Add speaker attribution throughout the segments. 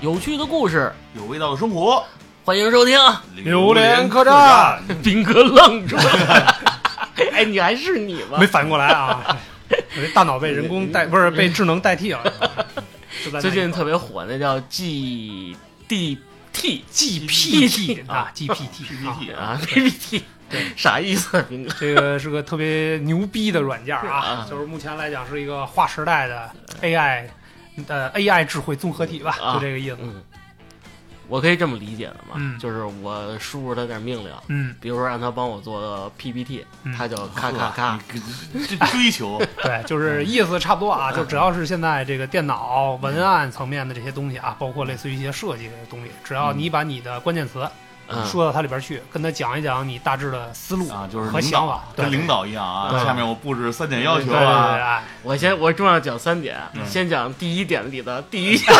Speaker 1: 有趣的故事，
Speaker 2: 有味道的生活，
Speaker 1: 欢迎 收听。
Speaker 2: 榴
Speaker 3: 莲
Speaker 2: 客
Speaker 3: 客栈，
Speaker 1: 斌哥愣住了， 哎，你还是你吗
Speaker 3: 没？反应过 来啊！我这大脑被人工代不是被智能代替了。 就在那一刻
Speaker 1: 最近特别火，那叫 G D T G P T
Speaker 3: GPT 啊
Speaker 1: 啊
Speaker 3: ，GPT 啊，
Speaker 2: PPT
Speaker 1: 啊 P P T，啥意思啊，斌哥？
Speaker 3: 这个是个特别牛逼的软件啊
Speaker 1: 啊，
Speaker 3: 就是目前来讲是一个划时代的 AI 呃 AI 智慧综合体吧，
Speaker 1: 啊
Speaker 3: 就这个意思。
Speaker 1: 嗯，我可以这么理解的嘛，
Speaker 3: 嗯
Speaker 1: 就是我输入他点命令，
Speaker 3: 嗯，
Speaker 1: 比如说让他帮我做 P P T，、
Speaker 3: 嗯
Speaker 1: 他就咔咔咔，
Speaker 2: 你这追 求
Speaker 3: 对，就是意思差不多啊，就只要是现在这个电脑文案层面的这些东西啊，包括类似于一些设计的东西，只要你把你的关键词
Speaker 1: 嗯，
Speaker 3: 说到它里边去，跟他讲一讲你大致的思路
Speaker 2: 啊，就是
Speaker 3: 和
Speaker 2: 领
Speaker 3: 想
Speaker 2: 导
Speaker 3: 法，对
Speaker 2: 跟领导一样啊。
Speaker 3: 对
Speaker 2: 下面我布置三点要
Speaker 3: 对
Speaker 2: 求
Speaker 3: 对对对，
Speaker 2: 啊，
Speaker 3: 哎
Speaker 1: 我先我重要讲三点，
Speaker 2: 嗯
Speaker 1: 先讲第一点里的第一项。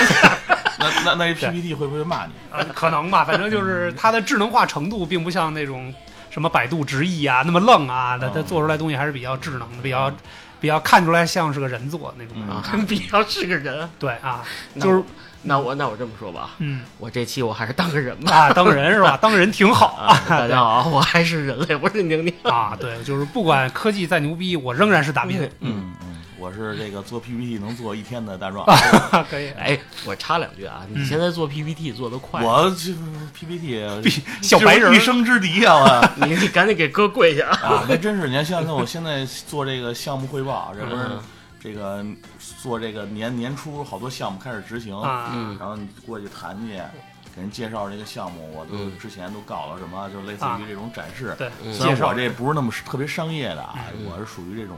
Speaker 2: 那那那 PPT 会不会骂你？
Speaker 3: 呃，可能吧，反正就是它的智能化程度并不像那种什么百度直译啊那么愣啊，它它
Speaker 2: 嗯
Speaker 3: 做出来东西还是比较智能的，比较比较看出来像是个人做那种
Speaker 2: 嗯
Speaker 3: 的。
Speaker 1: 啊，比较是个人，
Speaker 3: 对啊，
Speaker 1: 那
Speaker 3: 就是
Speaker 1: 那我那我这么说吧，
Speaker 3: 嗯
Speaker 1: 我这期我还是当个人 吧。
Speaker 3: 啊，当人是 吧？当人挺好
Speaker 1: 啊，大家好，我还是人类，我是宁宁。
Speaker 2: 嗯
Speaker 3: 啊。对，就是不管科技再牛逼，我仍然是大兵。
Speaker 2: 嗯嗯，我是这个做 PPT 能做一天的大
Speaker 3: 啊
Speaker 2: 壮，
Speaker 3: 可以，
Speaker 1: 哎，我插两句啊，你
Speaker 3: 嗯
Speaker 1: 现在做 PPT 做得快，
Speaker 2: 我这 PPT
Speaker 3: 小白人
Speaker 2: 就是一生之敌 啊！我。
Speaker 1: 你你赶紧给哥跪 下啊！
Speaker 2: 啊，那真是！你看，像像我现在做这个项目汇报，这不是
Speaker 1: 嗯
Speaker 2: 这个做这个年年初好多项目开始执行，
Speaker 3: 啊，
Speaker 1: 嗯
Speaker 2: 然后你过去谈去，给人介绍这个项目，我都
Speaker 1: 嗯
Speaker 2: 之前都搞了什么，就类似
Speaker 3: 啊
Speaker 2: 于这种展示。
Speaker 3: 对，
Speaker 1: 嗯
Speaker 2: 虽
Speaker 3: 介
Speaker 2: 然
Speaker 3: 绍
Speaker 2: 我这不是那么特别商业的啊，我是属于这种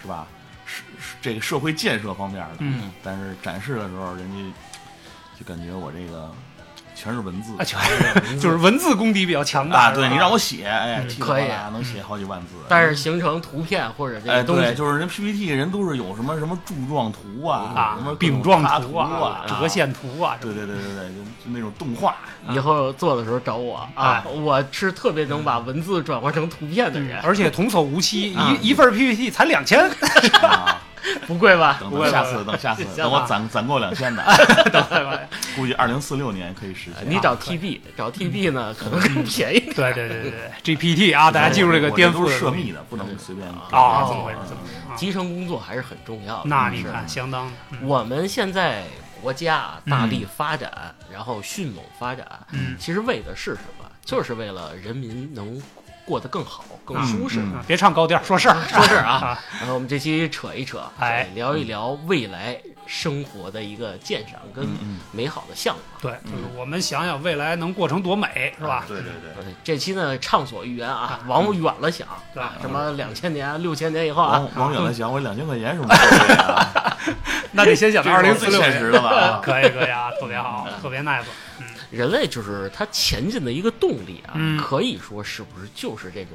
Speaker 2: 是吧？是是这个社会建设方面的，
Speaker 3: 嗯
Speaker 2: 但是展示的时候，人家就感觉我这个全是文字
Speaker 3: 啊，全 是就是文字功底比较强大
Speaker 2: 啊，对你让我写，哎，
Speaker 3: 嗯
Speaker 2: 噼里
Speaker 1: 可
Speaker 2: 啪
Speaker 1: 以
Speaker 2: 啦能写好几万字，
Speaker 1: 但是形成图片或者这
Speaker 2: 哎，
Speaker 1: 个东
Speaker 2: 对，
Speaker 1: 西，
Speaker 2: 就是人 PPT 人都是有什么什么柱状图啊，
Speaker 3: 啊
Speaker 2: 什么，各种
Speaker 3: 饼状
Speaker 2: 插
Speaker 3: 图
Speaker 2: 图
Speaker 3: 啊，折，线图啊，什
Speaker 2: 对
Speaker 3: 么
Speaker 2: 对对对对，就就那种动画，
Speaker 1: 以后做的时候找我啊，
Speaker 3: 哎
Speaker 1: 我是特别能把文字转换成图片的人，
Speaker 3: 而且童叟无欺，
Speaker 2: 嗯
Speaker 1: 啊
Speaker 3: 一一份 PPT 才两千，
Speaker 2: 啊
Speaker 1: 不贵 吧？
Speaker 2: 等
Speaker 3: 不
Speaker 2: 等
Speaker 3: 会啊
Speaker 2: 下
Speaker 3: 不
Speaker 2: 次，
Speaker 3: 会
Speaker 2: 等下次，
Speaker 1: 行
Speaker 2: 等我攒攒够两千的，估计二零四六年可以实现。
Speaker 1: 你找 TB，找 TB 呢，可能更便宜。
Speaker 3: 对对对对对，GPT 啊，大啊家记住这 E 个颠覆
Speaker 2: 我这都
Speaker 3: 的
Speaker 2: 是涉
Speaker 3: 东西
Speaker 2: 密的，不能随便
Speaker 3: 啊，
Speaker 1: 哦
Speaker 3: 怎么回事？怎么回事？啊
Speaker 1: 集成工作还是很重要的。
Speaker 3: 那你
Speaker 1: 是
Speaker 3: 看，相当的，嗯
Speaker 1: 我们现在国家大力发展，然后迅猛发展，
Speaker 3: 嗯
Speaker 1: 其实为的是什么？就是为了人民能过得更好、更舒适。
Speaker 2: 嗯
Speaker 3: 啊别唱高调，说事儿，
Speaker 1: 说事儿啊
Speaker 3: 啊，
Speaker 1: 然后我们这期扯一扯，
Speaker 3: 哎
Speaker 1: 聊一聊未来生活的一个鉴赏跟
Speaker 2: 嗯嗯
Speaker 1: 美好的向往。
Speaker 3: 对，就是我们想想未来能过成多美，是吧？
Speaker 2: 对对对，
Speaker 1: 呃这期呢畅所欲言啊，往远了想
Speaker 3: 对哦
Speaker 1: 啊，什么两千年、六千年以后啊，
Speaker 2: 往往远了想，我两千块钱是 不是？
Speaker 3: 那得先想到二零四
Speaker 2: 最
Speaker 3: 六
Speaker 2: 现
Speaker 3: 年，
Speaker 2: 实的吧？
Speaker 3: 可以可以啊，特别好，特别 nice，嗯，
Speaker 1: 人类就是它前进的一个动力啊，
Speaker 3: 嗯
Speaker 1: 可以说是不是就是这种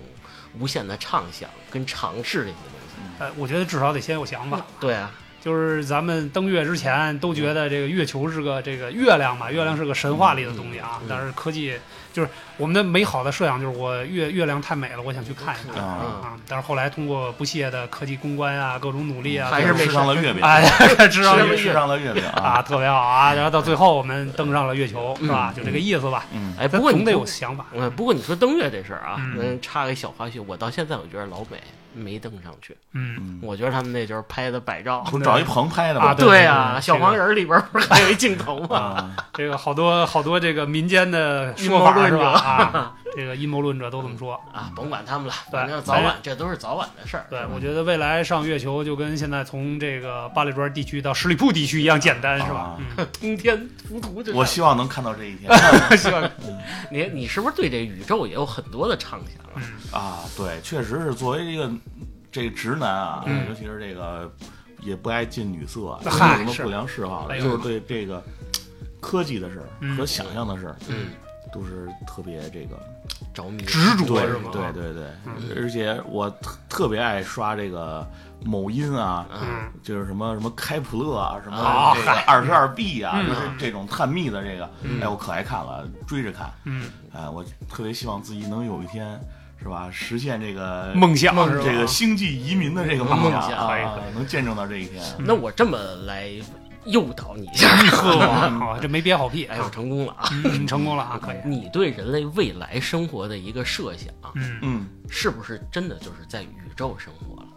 Speaker 1: 无限的畅想跟尝试这些东西？
Speaker 3: 呃，我觉得至少得先有想法。
Speaker 1: 对啊，
Speaker 3: 就是咱们登月之前都觉得这个月球是个这个月亮嘛，月亮是个神话里的东西啊
Speaker 1: 嗯嗯嗯。
Speaker 3: 但是科技就是我们的美好的设想，就是我月月亮太美了，我想去看一
Speaker 1: 嗯
Speaker 3: 看
Speaker 2: 啊，
Speaker 3: 啊。但是后来通过不懈的科技攻关啊，各种努力啊，
Speaker 1: 还是
Speaker 3: 各种
Speaker 1: 没
Speaker 2: 吃上了月饼，
Speaker 3: 哎， 知道
Speaker 1: 上了
Speaker 2: 吃上了月饼
Speaker 3: 啊，
Speaker 2: 啊，
Speaker 3: 特别好啊。然后到最后我们登上了月球，是吧？就这个意思吧。
Speaker 2: 嗯，
Speaker 1: 哎，不
Speaker 3: 咱
Speaker 1: 过你
Speaker 3: 总得
Speaker 1: 说
Speaker 3: 有想法
Speaker 1: 嗯，不过你说登月这事儿啊，
Speaker 3: 嗯
Speaker 1: 嗯，插个小花絮，我到现在我觉得老美没登上去，
Speaker 3: 嗯
Speaker 1: 我觉得他们那就是拍的摆照。
Speaker 2: 不是找一棚拍的
Speaker 3: 啊
Speaker 2: 吗？
Speaker 3: 对
Speaker 1: 对啊，
Speaker 3: 对
Speaker 1: 小黄人儿里边不是还有一镜头吗？
Speaker 2: 啊，
Speaker 3: 这个好多好多这个民间的
Speaker 1: 阴
Speaker 3: 说
Speaker 1: 谋
Speaker 3: 法
Speaker 1: 论
Speaker 3: 是
Speaker 1: 者
Speaker 3: 吧？啊，这个阴谋论者都这么说。
Speaker 1: 啊，甭管他们了，
Speaker 3: 对
Speaker 1: 反正早晚这都是早晚的事儿。
Speaker 3: 对，我觉得未来上月球就跟现在从这个八里庄地区到十里铺地区一样简单，是吧
Speaker 2: 啊？
Speaker 3: 嗯，
Speaker 1: 通天浮屠就
Speaker 2: 我
Speaker 1: 是
Speaker 2: 希望能看到这一天
Speaker 3: 希望
Speaker 1: 你你是不是对这宇宙也有很多的畅想啊？
Speaker 2: 啊。对，确实是作为一个这个直男啊，
Speaker 3: 嗯
Speaker 2: 尤其是这个也不爱近女色啊，
Speaker 3: 嗨
Speaker 2: 有什么
Speaker 3: 是
Speaker 2: 不良嗜好
Speaker 3: 哎
Speaker 2: 的，就
Speaker 3: 呦
Speaker 2: 是对这个科技的事儿
Speaker 3: 嗯
Speaker 2: 和想象的事儿
Speaker 1: 嗯，
Speaker 2: 都是特别这个
Speaker 1: 着迷
Speaker 3: 执着
Speaker 2: 对
Speaker 3: 是吗？啊嗯
Speaker 2: 对对对，而且我特特别爱刷这个某音啊。
Speaker 3: 嗯，
Speaker 2: 就是什么什么开普勒啊，什么
Speaker 3: 啊
Speaker 2: 这个二十二 B 啊，
Speaker 3: 嗯
Speaker 2: 就是这种探秘的这个，
Speaker 3: 嗯
Speaker 2: 哎，我可爱看了，追着看，
Speaker 3: 嗯
Speaker 2: 哎，我特别希望自己能有一天，是吧，实现这个
Speaker 3: 梦想是吧？
Speaker 2: 这个星际移民的这个梦
Speaker 1: 梦
Speaker 2: 想
Speaker 1: 想
Speaker 3: 嗯
Speaker 2: 啊，能见证到这一天。
Speaker 1: 那我这么来诱导你一下，
Speaker 3: 呵，好，啊这没憋好屁，
Speaker 1: 哎，我成功了啊！
Speaker 3: 嗯，成功了啊，可以，
Speaker 1: 你对人类未来生活的一个设想，啊
Speaker 3: 嗯
Speaker 2: 嗯
Speaker 1: 是不是真的就是在宇宙生活了？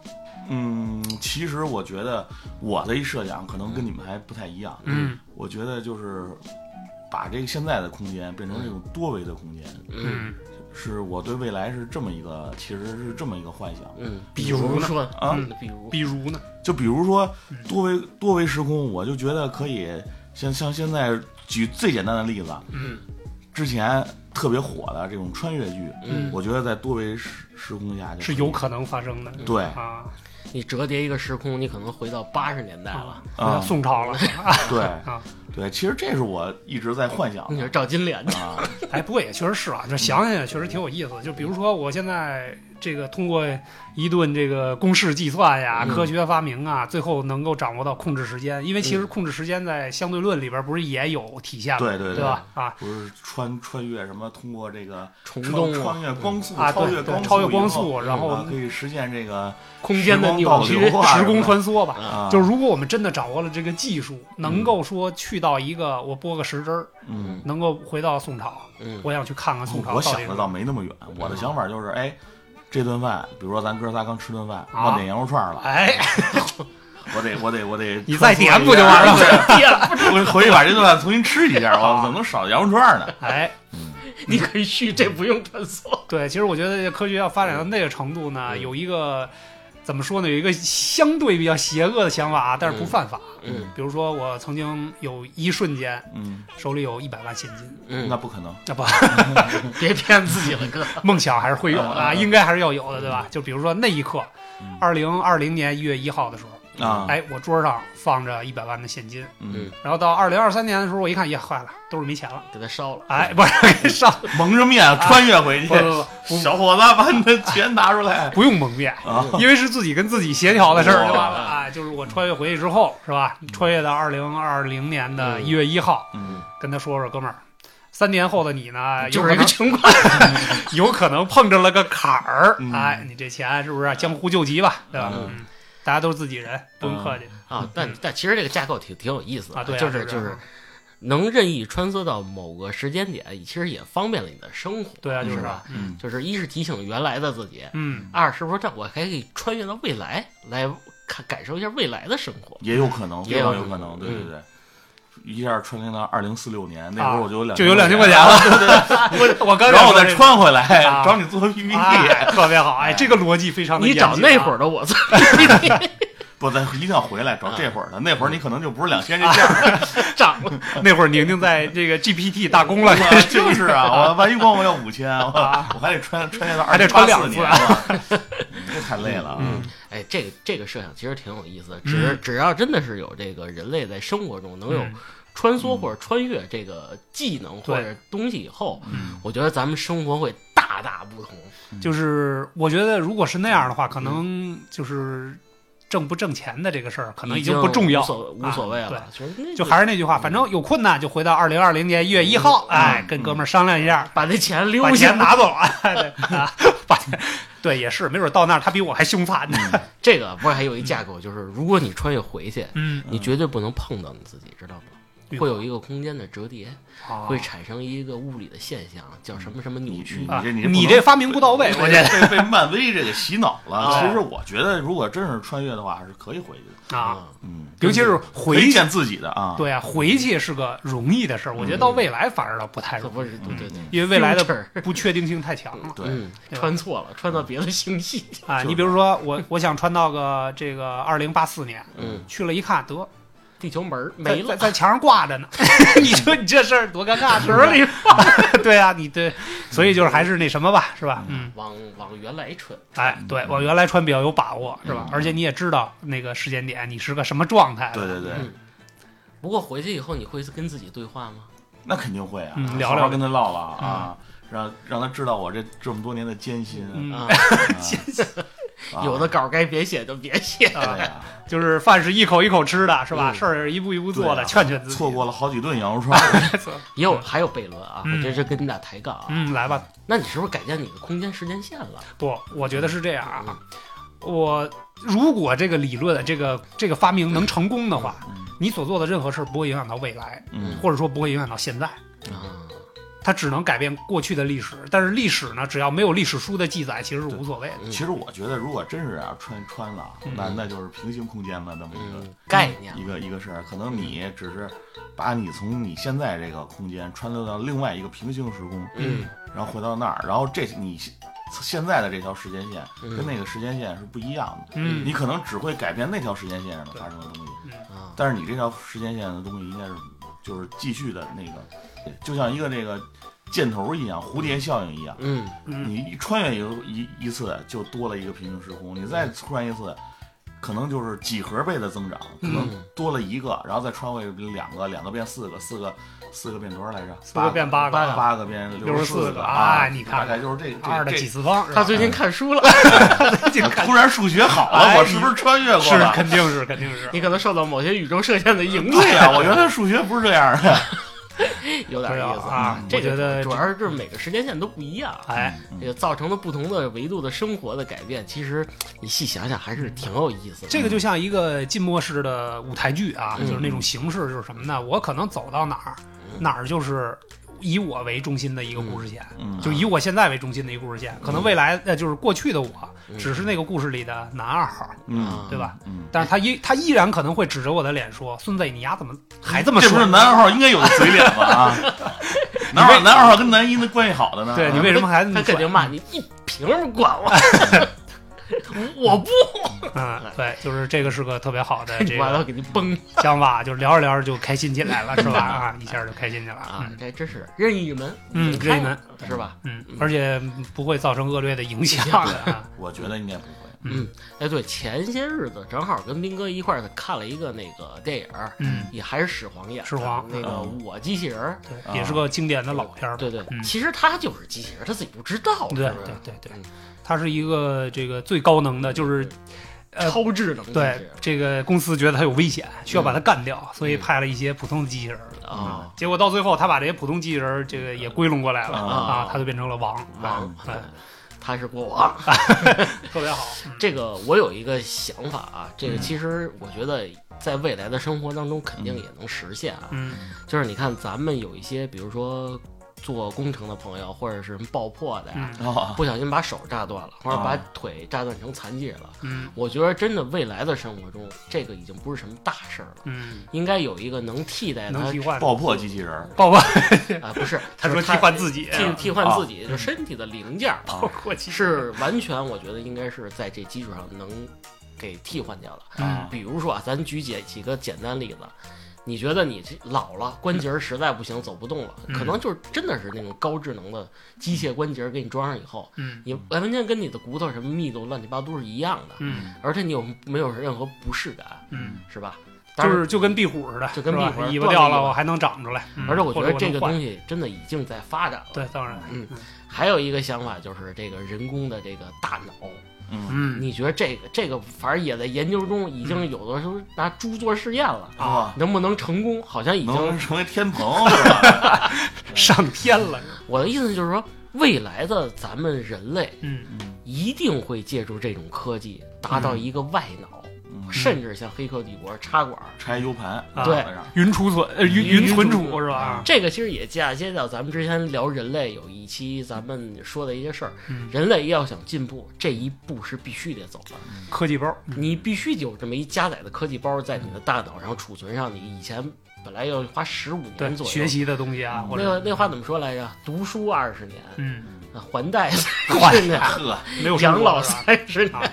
Speaker 2: 嗯，其实我觉得我的一设想可能跟你们还不太一样。
Speaker 3: 嗯，
Speaker 2: 我觉得就是把这个现在的空间变成这种多维的空间，
Speaker 3: 嗯
Speaker 2: 是我对未来是这么一个，其实是这么一个幻想。
Speaker 1: 嗯，
Speaker 3: 比
Speaker 1: 比
Speaker 3: 如
Speaker 1: 如
Speaker 3: 呢
Speaker 1: 说
Speaker 2: 啊
Speaker 1: 嗯，比如，
Speaker 3: 比如呢，
Speaker 2: 就比如说多维多维时空，我就觉得可以像像现在举最简单的例子，
Speaker 3: 嗯，
Speaker 2: 之前特别火的这种穿越剧，
Speaker 1: 嗯，
Speaker 2: 我觉得在多维时时空下就是
Speaker 3: 有可能发生的，
Speaker 2: 对
Speaker 3: 啊
Speaker 1: 你折叠一个时空，你可能回到八十年代了
Speaker 3: 啊。，回到宋朝了，
Speaker 2: 对
Speaker 3: 啊
Speaker 2: 对，其实这是我一直在幻想
Speaker 3: 嗯
Speaker 1: 你
Speaker 2: 的
Speaker 1: 是照金脸的，
Speaker 2: 啊，
Speaker 3: 哎，不过也确实是啊，就想想也确实挺有意思的。就比如说，我现在这个通过一顿这个公式计算呀、
Speaker 1: 嗯
Speaker 3: 科学发明啊，最后能够掌握到控制时间，因为其实
Speaker 1: 嗯
Speaker 3: 控制时间在相对论里边不是也有体现吗？
Speaker 2: 对对
Speaker 3: 对
Speaker 2: 对
Speaker 3: 吧？啊
Speaker 2: 不是穿穿越什么，通过这个
Speaker 1: 虫
Speaker 2: 穿
Speaker 1: 洞啊
Speaker 2: 穿越光速，
Speaker 3: 啊，
Speaker 2: 超
Speaker 3: 对
Speaker 2: 越
Speaker 3: 对，
Speaker 2: 光
Speaker 3: 超越
Speaker 2: 光
Speaker 3: 光速，然后
Speaker 2: 啊可以实现这个
Speaker 1: 空间的扭曲
Speaker 2: 时，光倒流啊
Speaker 3: 时空穿梭吧。
Speaker 2: 啊，
Speaker 3: 就是如果我们真的掌握了这个技术，能够说去到一个我拨个时针儿，
Speaker 2: 嗯，
Speaker 3: 能够回到宋朝，
Speaker 1: 嗯，
Speaker 3: 我想去看看宋朝
Speaker 2: 我
Speaker 3: 到底
Speaker 2: 想
Speaker 3: 是
Speaker 2: 的倒没那么远，我
Speaker 3: 嗯
Speaker 2: 的想法就是，哎，这顿饭，比如说咱哥仨刚吃顿饭，
Speaker 3: 啊
Speaker 2: 忘点羊肉串了，
Speaker 3: 哎，
Speaker 2: 我得我得我得，
Speaker 3: 你再点不就完了？
Speaker 2: 对？
Speaker 3: 吗？点了，
Speaker 2: 我回去把这顿饭重新吃一下，我
Speaker 3: 啊
Speaker 2: 怎么能少羊肉串呢？
Speaker 3: 哎。
Speaker 1: 你可以续，这不用穿梭。
Speaker 3: 对，其实我觉得科学要发展到那个程度呢，
Speaker 1: 嗯
Speaker 3: 有一个怎么说呢，有一个相对比较邪恶的想法，啊但是不犯法。
Speaker 1: 嗯
Speaker 3: 比如说，我曾经有一瞬间
Speaker 2: 嗯，
Speaker 3: 手里有一百万现金，
Speaker 2: 那
Speaker 1: 嗯，
Speaker 2: 不可能，
Speaker 3: 那不，
Speaker 1: 别骗自己了，哥。
Speaker 3: 梦想还是会有的啊，
Speaker 2: 嗯嗯嗯
Speaker 3: 应该还是要有的，对吧？就比如说那一刻
Speaker 2: 嗯，
Speaker 3: 二零二零年一月一号的时候，
Speaker 2: 啊
Speaker 3: 哎，我桌上放着一百万的现金，
Speaker 2: 嗯，
Speaker 3: 然后到二零二三年的时候，我一看，呀，坏了，兜里没钱了，
Speaker 1: 给他烧了。
Speaker 3: 哎，不是上，
Speaker 2: 蒙着面穿越 回
Speaker 3: 不啊不
Speaker 2: 去，
Speaker 3: 嗯
Speaker 2: 小伙子把你的钱拿出来
Speaker 3: 不，不用蒙面，
Speaker 1: 嗯
Speaker 2: 啊，
Speaker 3: 因为是自己跟自己协调的事儿，
Speaker 1: 哦
Speaker 2: 哇
Speaker 3: 就完了啊。就是我穿越回去之后，是吧？穿越到二零二零年的
Speaker 1: 嗯
Speaker 3: 一月一号，
Speaker 2: 嗯
Speaker 3: 跟他说说，哥们儿，三年后的你呢，有
Speaker 1: 就
Speaker 3: 可
Speaker 1: 是一
Speaker 3: 能
Speaker 1: 个穷鬼。
Speaker 3: 有可能碰着了个坎儿
Speaker 2: 嗯，
Speaker 3: 哎，你这钱是不是江湖救急吧？对吧？
Speaker 1: 嗯
Speaker 3: 嗯大家都是自己人，不用客气
Speaker 1: 啊，但但其实这个架构挺挺有意思的
Speaker 3: 啊。对啊，
Speaker 1: 就是
Speaker 3: 这
Speaker 1: 就
Speaker 3: 样
Speaker 1: 是能任意穿梭到某个时间点，其实也方便了你的生活。
Speaker 3: 对啊，就是是
Speaker 1: 吧？
Speaker 2: 嗯
Speaker 1: 就是一是提醒原来的自己，
Speaker 3: 嗯，
Speaker 1: 二是不是这我还可以穿越到未来来看感受一下未来的生活？
Speaker 2: 也有可能，
Speaker 1: 也
Speaker 2: 非
Speaker 1: 有
Speaker 2: 常有可能，
Speaker 1: 可能
Speaker 2: 对对对。一下穿行到二零四六年，那会
Speaker 3: 嗯啊
Speaker 2: 儿我就有两
Speaker 3: 就有两千块
Speaker 2: 钱
Speaker 3: 钱了。 我我刚
Speaker 2: 然后我
Speaker 3: 想说
Speaker 2: 再
Speaker 3: 这
Speaker 2: 穿回来
Speaker 3: 啊
Speaker 2: 找你做 PPT，
Speaker 3: 哎，特别好，哎，这个逻辑非常的
Speaker 1: 你
Speaker 3: 严谨啊。
Speaker 1: 找那会儿的我做，
Speaker 2: 不，咱一定要回来
Speaker 3: 啊
Speaker 2: 找这会儿的，那会儿你可能就不是两千这价儿了，
Speaker 3: 涨， 那会儿宁宁在这个 GPT 打工了，
Speaker 1: 嗯
Speaker 3: 嗯
Speaker 2: 就是啊，我万一光我要五千，我我还得穿穿越到
Speaker 3: 啊还
Speaker 2: 二
Speaker 3: 得
Speaker 2: 零
Speaker 3: 穿
Speaker 2: 八
Speaker 3: 两
Speaker 2: 四
Speaker 3: 次啊
Speaker 2: 年了， 这太累了啊！
Speaker 3: 嗯
Speaker 1: 哎，这个这个设想其实挺有意思的。只是只要真的是有这个人类在生活中能有
Speaker 3: 嗯
Speaker 1: 穿梭或者穿越这个技能或者东西以后，
Speaker 2: 嗯
Speaker 1: 我觉得咱们生活会大大不同。
Speaker 3: 就是我觉得，如果是那样的话，可能就是挣不挣钱的这个事儿，可能
Speaker 1: 已
Speaker 3: 经不重要
Speaker 1: 无，所无所谓了
Speaker 3: 啊。
Speaker 1: 其实那
Speaker 3: 就还是那句话，反正有困难就回到二零二零年一月一号，
Speaker 1: 嗯
Speaker 3: 哎，跟哥们儿商量一下，
Speaker 1: 把那钱
Speaker 3: 把
Speaker 1: 留下
Speaker 3: 钱。拿走，哎，对啊，把钱， 对，也是，没准到那儿他比我还凶残呢。
Speaker 1: 这个不是还有一架构，就是如果你穿越回去，
Speaker 3: 嗯，
Speaker 1: 你绝对不能碰到你自己，知道吗？会有一个空间的折叠，
Speaker 3: 啊
Speaker 1: 会产生一个物理的现象，叫什么什么扭曲。
Speaker 3: 啊，
Speaker 2: 你这
Speaker 3: 你
Speaker 2: 你
Speaker 3: 这发明不到位，我觉
Speaker 2: 被被漫威这个洗脑了。
Speaker 3: 啊
Speaker 2: 其实我觉得，如果真是穿越的话，还是可以回去的，
Speaker 3: 得啊，
Speaker 1: 嗯
Speaker 2: 嗯，
Speaker 3: 尤其是
Speaker 2: 可
Speaker 3: 回
Speaker 2: 以
Speaker 3: 去，
Speaker 2: 见自己的啊。
Speaker 3: 对啊，回去是个容易的事儿，我觉得到未来反而倒不太
Speaker 1: 可
Speaker 3: 容易，
Speaker 1: 不是，对对对，
Speaker 3: 因为未来的
Speaker 1: Future
Speaker 3: 不确定性太强了。
Speaker 2: 对，
Speaker 1: 嗯，
Speaker 3: 对
Speaker 1: 穿错了，穿到别的星系。
Speaker 3: 啊，
Speaker 2: 就是
Speaker 3: 你比如说我，我想穿到个这个二零八四年，
Speaker 1: 嗯，
Speaker 3: 去了一看，得
Speaker 1: 地球门儿
Speaker 3: 在
Speaker 1: 没
Speaker 3: 在
Speaker 1: 了，
Speaker 3: 在墙上挂着呢。 你说你这事儿多尴尬，是
Speaker 1: 壳
Speaker 3: 不
Speaker 1: 里
Speaker 3: 是？对啊，你对，所以就是还是那什么吧，是吧？嗯，
Speaker 1: 往往原来穿。
Speaker 3: 哎，
Speaker 2: 嗯
Speaker 3: 对我原来穿比较有把握，是吧？而且你也知道那个时间点，你是个什么状态，
Speaker 2: 对，对对，
Speaker 1: 嗯不过回去以后，你会跟自己对话吗？
Speaker 2: 那肯定会啊，
Speaker 3: 嗯
Speaker 2: 好好
Speaker 3: 聊聊
Speaker 2: 跟他唠唠啊，让让他知道我这这么多年的艰辛啊。
Speaker 3: 嗯
Speaker 1: 啊，
Speaker 2: 啊
Speaker 1: 有的稿该别写就别写。
Speaker 2: 对
Speaker 3: 啊，
Speaker 2: 呀，
Speaker 3: 就是饭是一口一口吃的，是吧？
Speaker 1: 嗯
Speaker 3: 事儿也是一步一步 做
Speaker 2: 对
Speaker 3: 的，
Speaker 2: 啊
Speaker 3: 劝劝自己。
Speaker 2: 错过了好几顿羊肉 串儿，
Speaker 1: 也有还有悖论啊，
Speaker 3: 嗯
Speaker 1: 我这是跟你俩抬杠啊。
Speaker 3: 嗯，来吧，
Speaker 1: 那你是不是改变你的空间时间线了？
Speaker 3: 不，我觉得是这样啊。我如果这个理论、这个这个发明能成功的话，
Speaker 2: 嗯
Speaker 3: 你所做的任何事儿不会影响到未来，
Speaker 2: 嗯
Speaker 3: 或者说不会影响到现在，
Speaker 1: 啊，
Speaker 3: 它只能改变过去的历史。但是历史呢，只要没有历史书的记载，其实是无所谓的。
Speaker 2: 其实我觉得，如果真是啊穿穿了，
Speaker 3: 嗯
Speaker 2: 那那就是平行空间了那么一个
Speaker 1: 嗯，概念
Speaker 2: 一个一个事儿，可能你只是把你从你现在这个空间穿流到另外一个平行时空，
Speaker 1: 嗯，
Speaker 2: 然后回到那儿，然后这你现现在的这条时间线
Speaker 1: 嗯
Speaker 2: 跟那个时间线是不一样的，
Speaker 3: 嗯
Speaker 2: 你可能只会改变那条时间线上的发生的东西，
Speaker 1: 啊，
Speaker 2: 但是你这条时间线的东西应该是就是继续的那个，就像一个这个箭头一样，蝴蝶效应一样，
Speaker 1: 嗯
Speaker 3: 嗯，
Speaker 2: 你一穿越一一一次就多了一个平行时空，你再
Speaker 3: 嗯
Speaker 2: 穿一次，可能就是几何倍的增长，可能
Speaker 1: 嗯
Speaker 2: 多了一个，然后再穿回两个，两个变四个，四个四个变多少来着？
Speaker 3: 四个变八个啊
Speaker 2: 八八个变十
Speaker 3: 64
Speaker 2: 个
Speaker 3: 个
Speaker 2: 啊！
Speaker 3: 哎你看
Speaker 2: 大概就是这这
Speaker 3: 二的
Speaker 2: 这
Speaker 3: 几次方，是吧
Speaker 1: 他最近看书了，
Speaker 3: 最近
Speaker 1: 嗯
Speaker 3: 看
Speaker 2: 突然数学好了，
Speaker 3: 哎
Speaker 2: 我是不是穿越过
Speaker 3: 是
Speaker 2: 了？
Speaker 3: 肯定是肯定是。
Speaker 1: 你可能受到某些宇宙射线的影响，
Speaker 2: 对呀、我原来数学不是这样的。
Speaker 1: 哎有点
Speaker 3: 对
Speaker 1: 意思嗯
Speaker 3: 啊
Speaker 1: 这
Speaker 3: 我觉
Speaker 1: 个
Speaker 3: 得
Speaker 1: 主
Speaker 3: 这
Speaker 1: 要嗯是就是每个时间线都不一样，
Speaker 3: 哎，
Speaker 2: 嗯
Speaker 1: 这个造成了不同的维度的生活的改变。其实你细想想，还是挺有意思的。
Speaker 3: 这个就像一个浸没式的舞台剧啊，
Speaker 1: 嗯
Speaker 3: 就是那种形式，就是什么呢？我可能走到哪儿，哪儿就是以我为中心的一个故事线，
Speaker 2: 嗯
Speaker 3: 就以我现在为中心的一个故事线。可能未来呃，就是过去的我，只是那个故事里的男二号，
Speaker 1: 啊
Speaker 2: 嗯，
Speaker 3: 对吧？
Speaker 2: 嗯，
Speaker 3: 但是他依他依然可能会指着我的脸说：“孙子，你丫怎么还这么
Speaker 2: 这不
Speaker 3: 说
Speaker 2: 是？男二号应该有的嘴脸吗？ 啊，男二男二号跟男一的关系好的呢？
Speaker 3: 对
Speaker 2: 啊
Speaker 3: 你为什么还这么
Speaker 1: 他肯
Speaker 3: 帅
Speaker 1: 定骂你，你凭什么管我？ 我不
Speaker 3: 嗯，对，就是这个是个特别好的这
Speaker 1: 管，我要
Speaker 3: 个嗯
Speaker 1: 给你崩
Speaker 3: 想法，就是聊着聊着就开心起来了，是吧？啊，一下就开心起来了
Speaker 1: 啊。！
Speaker 3: 嗯
Speaker 1: 这真是任意门，
Speaker 3: 嗯
Speaker 1: 你
Speaker 3: 任
Speaker 1: 看
Speaker 3: 意门
Speaker 1: 是吧？
Speaker 3: 嗯，而且不会造成恶劣的影响的啊。
Speaker 2: 我觉得应该不会。
Speaker 1: 嗯，哎，对，前些日子正好跟斌哥一块儿看了一个那个电影儿，
Speaker 3: 嗯
Speaker 1: 也还是始皇演的，
Speaker 3: 始皇
Speaker 1: 那个
Speaker 2: 嗯
Speaker 1: 我机器人儿，
Speaker 3: 对，也是个经典的老片儿。
Speaker 1: 对对，
Speaker 3: 嗯
Speaker 1: 其实他就是机器人，他自己不知道，
Speaker 3: 对
Speaker 1: 是不是
Speaker 3: 对对对
Speaker 1: 嗯，
Speaker 3: 它是一个这个最高能的，就是呃
Speaker 1: 超智能机器
Speaker 3: 对
Speaker 1: 人
Speaker 3: 这个公司觉得它有危险，需要把它
Speaker 1: 嗯
Speaker 3: 干掉，所以派了一些普通的机器人儿。
Speaker 1: 啊。
Speaker 3: 结果到最后，他把这些普通机器人儿这个也归拢过来了
Speaker 1: 啊
Speaker 3: 啊，他就变成了王啊
Speaker 1: 王，
Speaker 3: 对，
Speaker 1: 他是国王。
Speaker 3: 特别好。嗯
Speaker 1: 这个我有一个想法啊，这个其实我觉得在未来的生活当中肯定也能实现啊。
Speaker 3: 嗯
Speaker 1: 就是你看咱们有一些，比如说做工程的朋友，或者是爆破的呀，
Speaker 3: 嗯
Speaker 2: 哦，
Speaker 1: 不小心把手炸断了，或者
Speaker 2: 啊
Speaker 1: 把腿炸断成残疾人了。
Speaker 3: 嗯
Speaker 1: 我觉得真的未来的生活中，这个已经不是什么大事儿了，
Speaker 3: 嗯，
Speaker 1: 应该有一个能替代
Speaker 3: 能
Speaker 1: 他
Speaker 3: 替换
Speaker 2: 爆破机器人儿
Speaker 3: 包括
Speaker 1: 啊，不是，
Speaker 3: 他
Speaker 1: 就
Speaker 3: 说
Speaker 1: 是
Speaker 3: 替换自己，
Speaker 1: 替替换自己
Speaker 3: 啊嗯
Speaker 1: 就身体的零件儿，
Speaker 3: 包括其实
Speaker 1: 是完全我觉得应该是在这基础上能给替换掉的。
Speaker 2: 啊，
Speaker 1: 比如说啊，咱举几几个简单例子，你觉得你这老了关节儿实在不行，走不动了，
Speaker 3: 嗯
Speaker 1: 可能就是真的是那种高智能的机械关节儿给你装上以后，
Speaker 3: 嗯
Speaker 1: 你完全跟你的骨头什么密度乱七八糟是一样的，
Speaker 3: 嗯
Speaker 1: 而且你有没有任何不适感，
Speaker 3: 嗯。
Speaker 1: 是吧？当
Speaker 3: 就
Speaker 1: 然
Speaker 3: 是就跟壁虎似的，
Speaker 1: 就跟
Speaker 3: 是吧
Speaker 1: 壁虎似的
Speaker 3: 尾巴掉
Speaker 1: 断了尾
Speaker 3: 了
Speaker 1: 巴
Speaker 3: 我还能长出来。嗯
Speaker 1: 而且我觉得这个
Speaker 3: 或者我能
Speaker 1: 东西真的已经在发展了。
Speaker 3: 换对，当然，
Speaker 1: 嗯还有一个想法就是这个人工的这个大脑，
Speaker 2: 嗯，
Speaker 3: 嗯，
Speaker 1: 你觉得这个这个反正也在研究中，已经有的时候拿猪做试验了，
Speaker 2: 啊，
Speaker 1: 能不能成功？好像已
Speaker 2: 能
Speaker 1: 经，
Speaker 2: 成为天蓬是 吧？
Speaker 3: 上天了，
Speaker 1: 我的意思就是说，未来的咱们人类
Speaker 3: 嗯
Speaker 1: 一定会借助这种科技，达到一个外脑，
Speaker 2: 嗯
Speaker 1: 甚至像《黑客帝国》插管。
Speaker 2: 拆 U 盘，
Speaker 3: 啊
Speaker 1: 对
Speaker 2: 晚上
Speaker 3: 云储存，呃云
Speaker 1: 云
Speaker 3: 云存啊
Speaker 1: 储
Speaker 3: 储
Speaker 1: 存
Speaker 3: 是吧？
Speaker 1: 这个其实也嫁接到咱们之前聊人类有一期咱们说的一些事儿，
Speaker 3: 嗯，
Speaker 1: 人类要想进步，这一步是必须得走的。
Speaker 3: 科技包，
Speaker 1: 你必须有这么一加载的科技包在你的大脑上储存上，你以前本来要花十五
Speaker 3: 对
Speaker 1: 年，左右
Speaker 3: 学。习的东西啊，或
Speaker 1: 那
Speaker 3: 者
Speaker 1: 个那话怎么说来着？读书二十年，
Speaker 3: 嗯，
Speaker 1: 啊还贷
Speaker 3: 还
Speaker 1: 三十年，
Speaker 2: 呵，
Speaker 3: 没有生
Speaker 1: 养
Speaker 3: 活
Speaker 1: 老
Speaker 3: 是吧
Speaker 1: 三十
Speaker 3: 啊
Speaker 1: 年。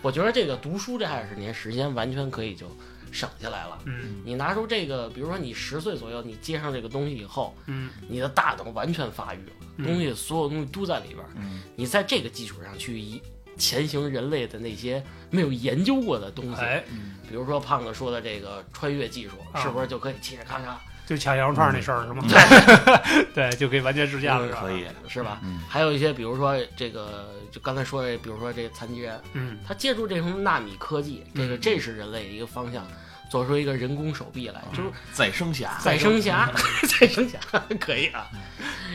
Speaker 1: 我觉得这个读书这二十年时间完全可以就省下来了。
Speaker 3: 嗯
Speaker 1: 你拿出这个，比如说你十岁左右，你接上这个东西以后，
Speaker 3: 嗯
Speaker 1: 你的大脑完全发育了，
Speaker 3: 嗯
Speaker 1: 东西所有东西都在里边儿。
Speaker 2: 嗯
Speaker 1: 你在这个基础上去一前行人类的那些没有研究过的东西，
Speaker 3: 哎，
Speaker 1: 比如说胖子说的这个穿越技术，
Speaker 3: 啊
Speaker 1: 是不是就可以嘁哩咔嚓，
Speaker 3: 就抢羊肉串那事儿是吗？嗯 对，就可以完全实现了，是吧
Speaker 2: 可以，
Speaker 1: 是吧？
Speaker 2: 嗯
Speaker 1: 还有一些，比如说这个，就刚才说的，比如说这个残疾人，
Speaker 3: 嗯
Speaker 1: 他借助这种纳米科技，这个
Speaker 3: 嗯
Speaker 1: 这是人类一个方向。做出一个人工手臂来，就是
Speaker 2: 再生侠，
Speaker 1: 再生侠， 再生侠可以啊。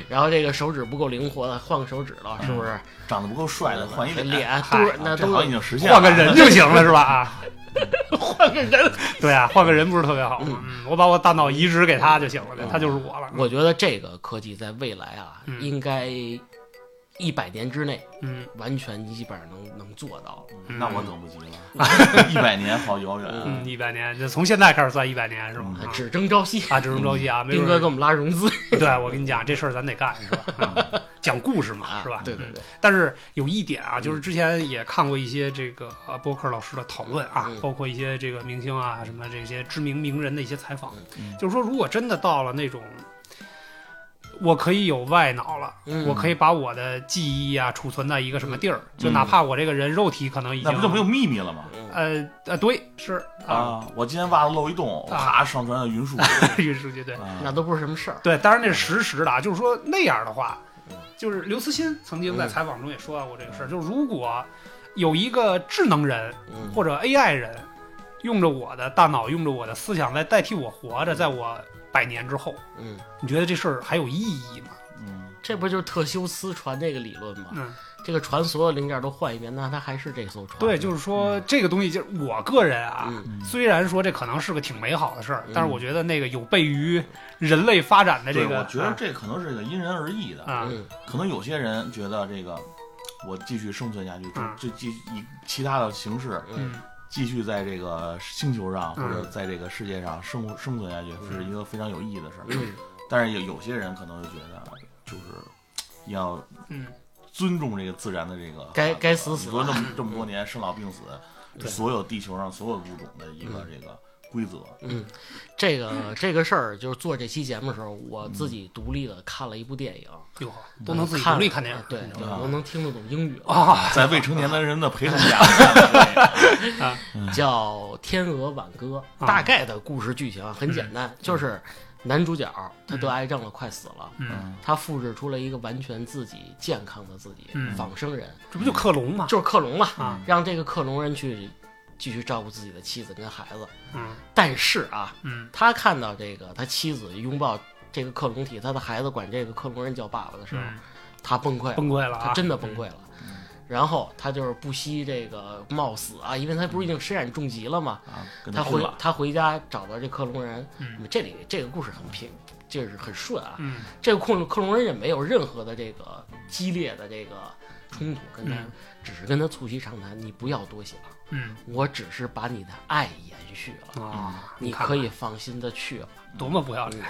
Speaker 1: 然后这个手指不够灵活的，换个手指头，是不是？
Speaker 2: 长得不够帅
Speaker 3: 嗯
Speaker 2: 的嗯换一脸，
Speaker 1: 脸
Speaker 3: 嗨
Speaker 1: 都是那
Speaker 2: 啊这
Speaker 1: 都
Speaker 2: 好像
Speaker 1: 是
Speaker 2: 已经实现了。
Speaker 3: 换个人就行了，是吧？啊，
Speaker 1: 换个人。
Speaker 3: 对啊，换个人不是特别好吗？嗯，我把我大脑移植给他就行了呗，
Speaker 2: 嗯
Speaker 3: 他就是我了。
Speaker 1: 我觉得这个科技在未来啊，
Speaker 3: 嗯
Speaker 1: 应该一百年之内
Speaker 3: 嗯，
Speaker 1: 完全基本上能能做到。
Speaker 3: 嗯
Speaker 2: 那我等不及了， 一百年好遥远。啊
Speaker 3: 嗯，一百年就从现在开始算一百年是吧？
Speaker 2: 嗯
Speaker 3: 啊
Speaker 1: 只争朝夕，
Speaker 3: 啊，只能着急啊，没
Speaker 1: 斌哥
Speaker 3: 准
Speaker 1: 给我们拉融资
Speaker 3: 对我跟你讲，这事儿咱得干是吧？啊
Speaker 2: 嗯
Speaker 3: 讲故事嘛
Speaker 1: 啊，
Speaker 3: 是吧？
Speaker 1: 对对对，
Speaker 3: 但是有一点
Speaker 1: 嗯
Speaker 3: 啊，就是之前也看过一些这个呃播客老师的讨论啊
Speaker 1: 嗯，
Speaker 3: 包括一些这个明星啊，什么这些知名名人的一些采访
Speaker 2: 嗯，
Speaker 3: 就是说，如果真的到了那种，我可以有外脑了，
Speaker 1: 嗯
Speaker 3: 我可以把我的记忆啊储存在一个什么地儿，就哪怕我这个人肉体可能已经
Speaker 2: 嗯那不就没有秘密了吗？
Speaker 1: 嗯
Speaker 3: 呃呃，对，是啊，
Speaker 2: 啊，我今天袜子漏一洞，
Speaker 3: 啊
Speaker 2: 啪上传到云数。
Speaker 3: 运输 局对
Speaker 2: 啊
Speaker 1: 那都不是什么事儿。
Speaker 3: 对，当然那是实时的啊，就是说那样的话
Speaker 1: 嗯，
Speaker 3: 就是刘慈欣曾经在
Speaker 1: 嗯
Speaker 3: 采访中也说到过这个事儿，就是如果有一个智能人。
Speaker 1: 嗯，
Speaker 3: 或者 AI 人用着我的大脑，用着我的思想来代替我活着，在我百年之后，
Speaker 1: 嗯，
Speaker 3: 你觉得这事儿还有意义吗？
Speaker 2: 嗯
Speaker 1: 这不就是特修斯船这个理论吗？
Speaker 3: 嗯，
Speaker 1: 这个船所有零件都换一遍，那它还是这艘船。
Speaker 3: 对，就是说这个东西，就是我个人啊。
Speaker 1: 嗯，
Speaker 2: 嗯
Speaker 3: 虽然说这可能是个挺美好的事儿
Speaker 1: 嗯，
Speaker 3: 但是我觉得那个有悖于人类发展的
Speaker 2: 对，
Speaker 3: 这个，
Speaker 2: 我觉得这可能是个因人而异的。
Speaker 3: 啊，
Speaker 1: 嗯
Speaker 2: 可能有些人觉得这个，我继续生存下去，
Speaker 3: 嗯
Speaker 2: 就就继以其他的形式
Speaker 1: 嗯
Speaker 3: 嗯
Speaker 2: 继续在这个星球上
Speaker 3: 嗯
Speaker 2: 或者在这个世界上生活生存下去，是一个非常有意义的事儿。
Speaker 1: 嗯
Speaker 2: 但是有有些人可能就觉得，就是要
Speaker 3: 嗯，
Speaker 2: 尊重这个自然的这个，啊
Speaker 1: 该该死死
Speaker 2: 你说 这么这么多年生老病死，
Speaker 1: 对
Speaker 2: 所有地球上所有物种的一个
Speaker 1: 嗯
Speaker 2: 这个规则。
Speaker 1: 嗯，这个这个事儿就是做这期节目的时候，我自己独立的看了一部电影，
Speaker 3: 哟，都能自己
Speaker 1: 看
Speaker 3: 独立
Speaker 1: 了
Speaker 3: 看电影，
Speaker 1: 嗯对，
Speaker 3: 你知道
Speaker 1: 对
Speaker 3: 吗
Speaker 2: 吧
Speaker 1: 我能听得懂英语了，
Speaker 3: 啊，
Speaker 2: 在未成年的人的陪同下
Speaker 1: 嗯
Speaker 2: 看的这个，
Speaker 1: 叫《天鹅挽歌》，
Speaker 3: 啊嗯
Speaker 1: 大概的故事剧情很简单，就是男主角他得癌症了，快死了。
Speaker 3: 嗯，
Speaker 2: 嗯
Speaker 1: 他复制出了一个完全自己健康的自己，
Speaker 3: 嗯
Speaker 1: 仿生人
Speaker 3: 这不就克隆吗？
Speaker 1: 就是克隆嘛，
Speaker 3: 啊，
Speaker 1: 让这个克隆人去继续照顾自己的妻子跟孩子。
Speaker 3: 嗯
Speaker 1: 但是啊，
Speaker 3: 嗯
Speaker 1: 他看到这个他妻子拥抱这个克隆体，他的孩子管这个克隆人叫爸爸的时候，
Speaker 3: 嗯，
Speaker 1: 他崩溃了，
Speaker 3: 崩溃了啊，嗯
Speaker 1: 他真的崩溃了。然后他就是不惜这个冒死啊，因为他不是已经身染重疾了吗？
Speaker 2: 啊，跟
Speaker 1: 他
Speaker 2: 他拼
Speaker 1: 回
Speaker 2: 了。
Speaker 1: 他回家找到这克隆人，
Speaker 3: 嗯
Speaker 1: 这里这个故事很平，就是很顺啊。
Speaker 3: 嗯
Speaker 1: 这个克隆克隆人也没有任何的这个激烈的这个冲突，跟他、
Speaker 3: 嗯
Speaker 1: 只是跟他促膝长谈，你不要多想，
Speaker 3: 嗯
Speaker 1: 我只是把你的爱延续了，
Speaker 3: 啊，
Speaker 1: 你
Speaker 3: 看
Speaker 1: 可以放心的去了。
Speaker 3: 多么不要
Speaker 1: 嗯
Speaker 3: 脸，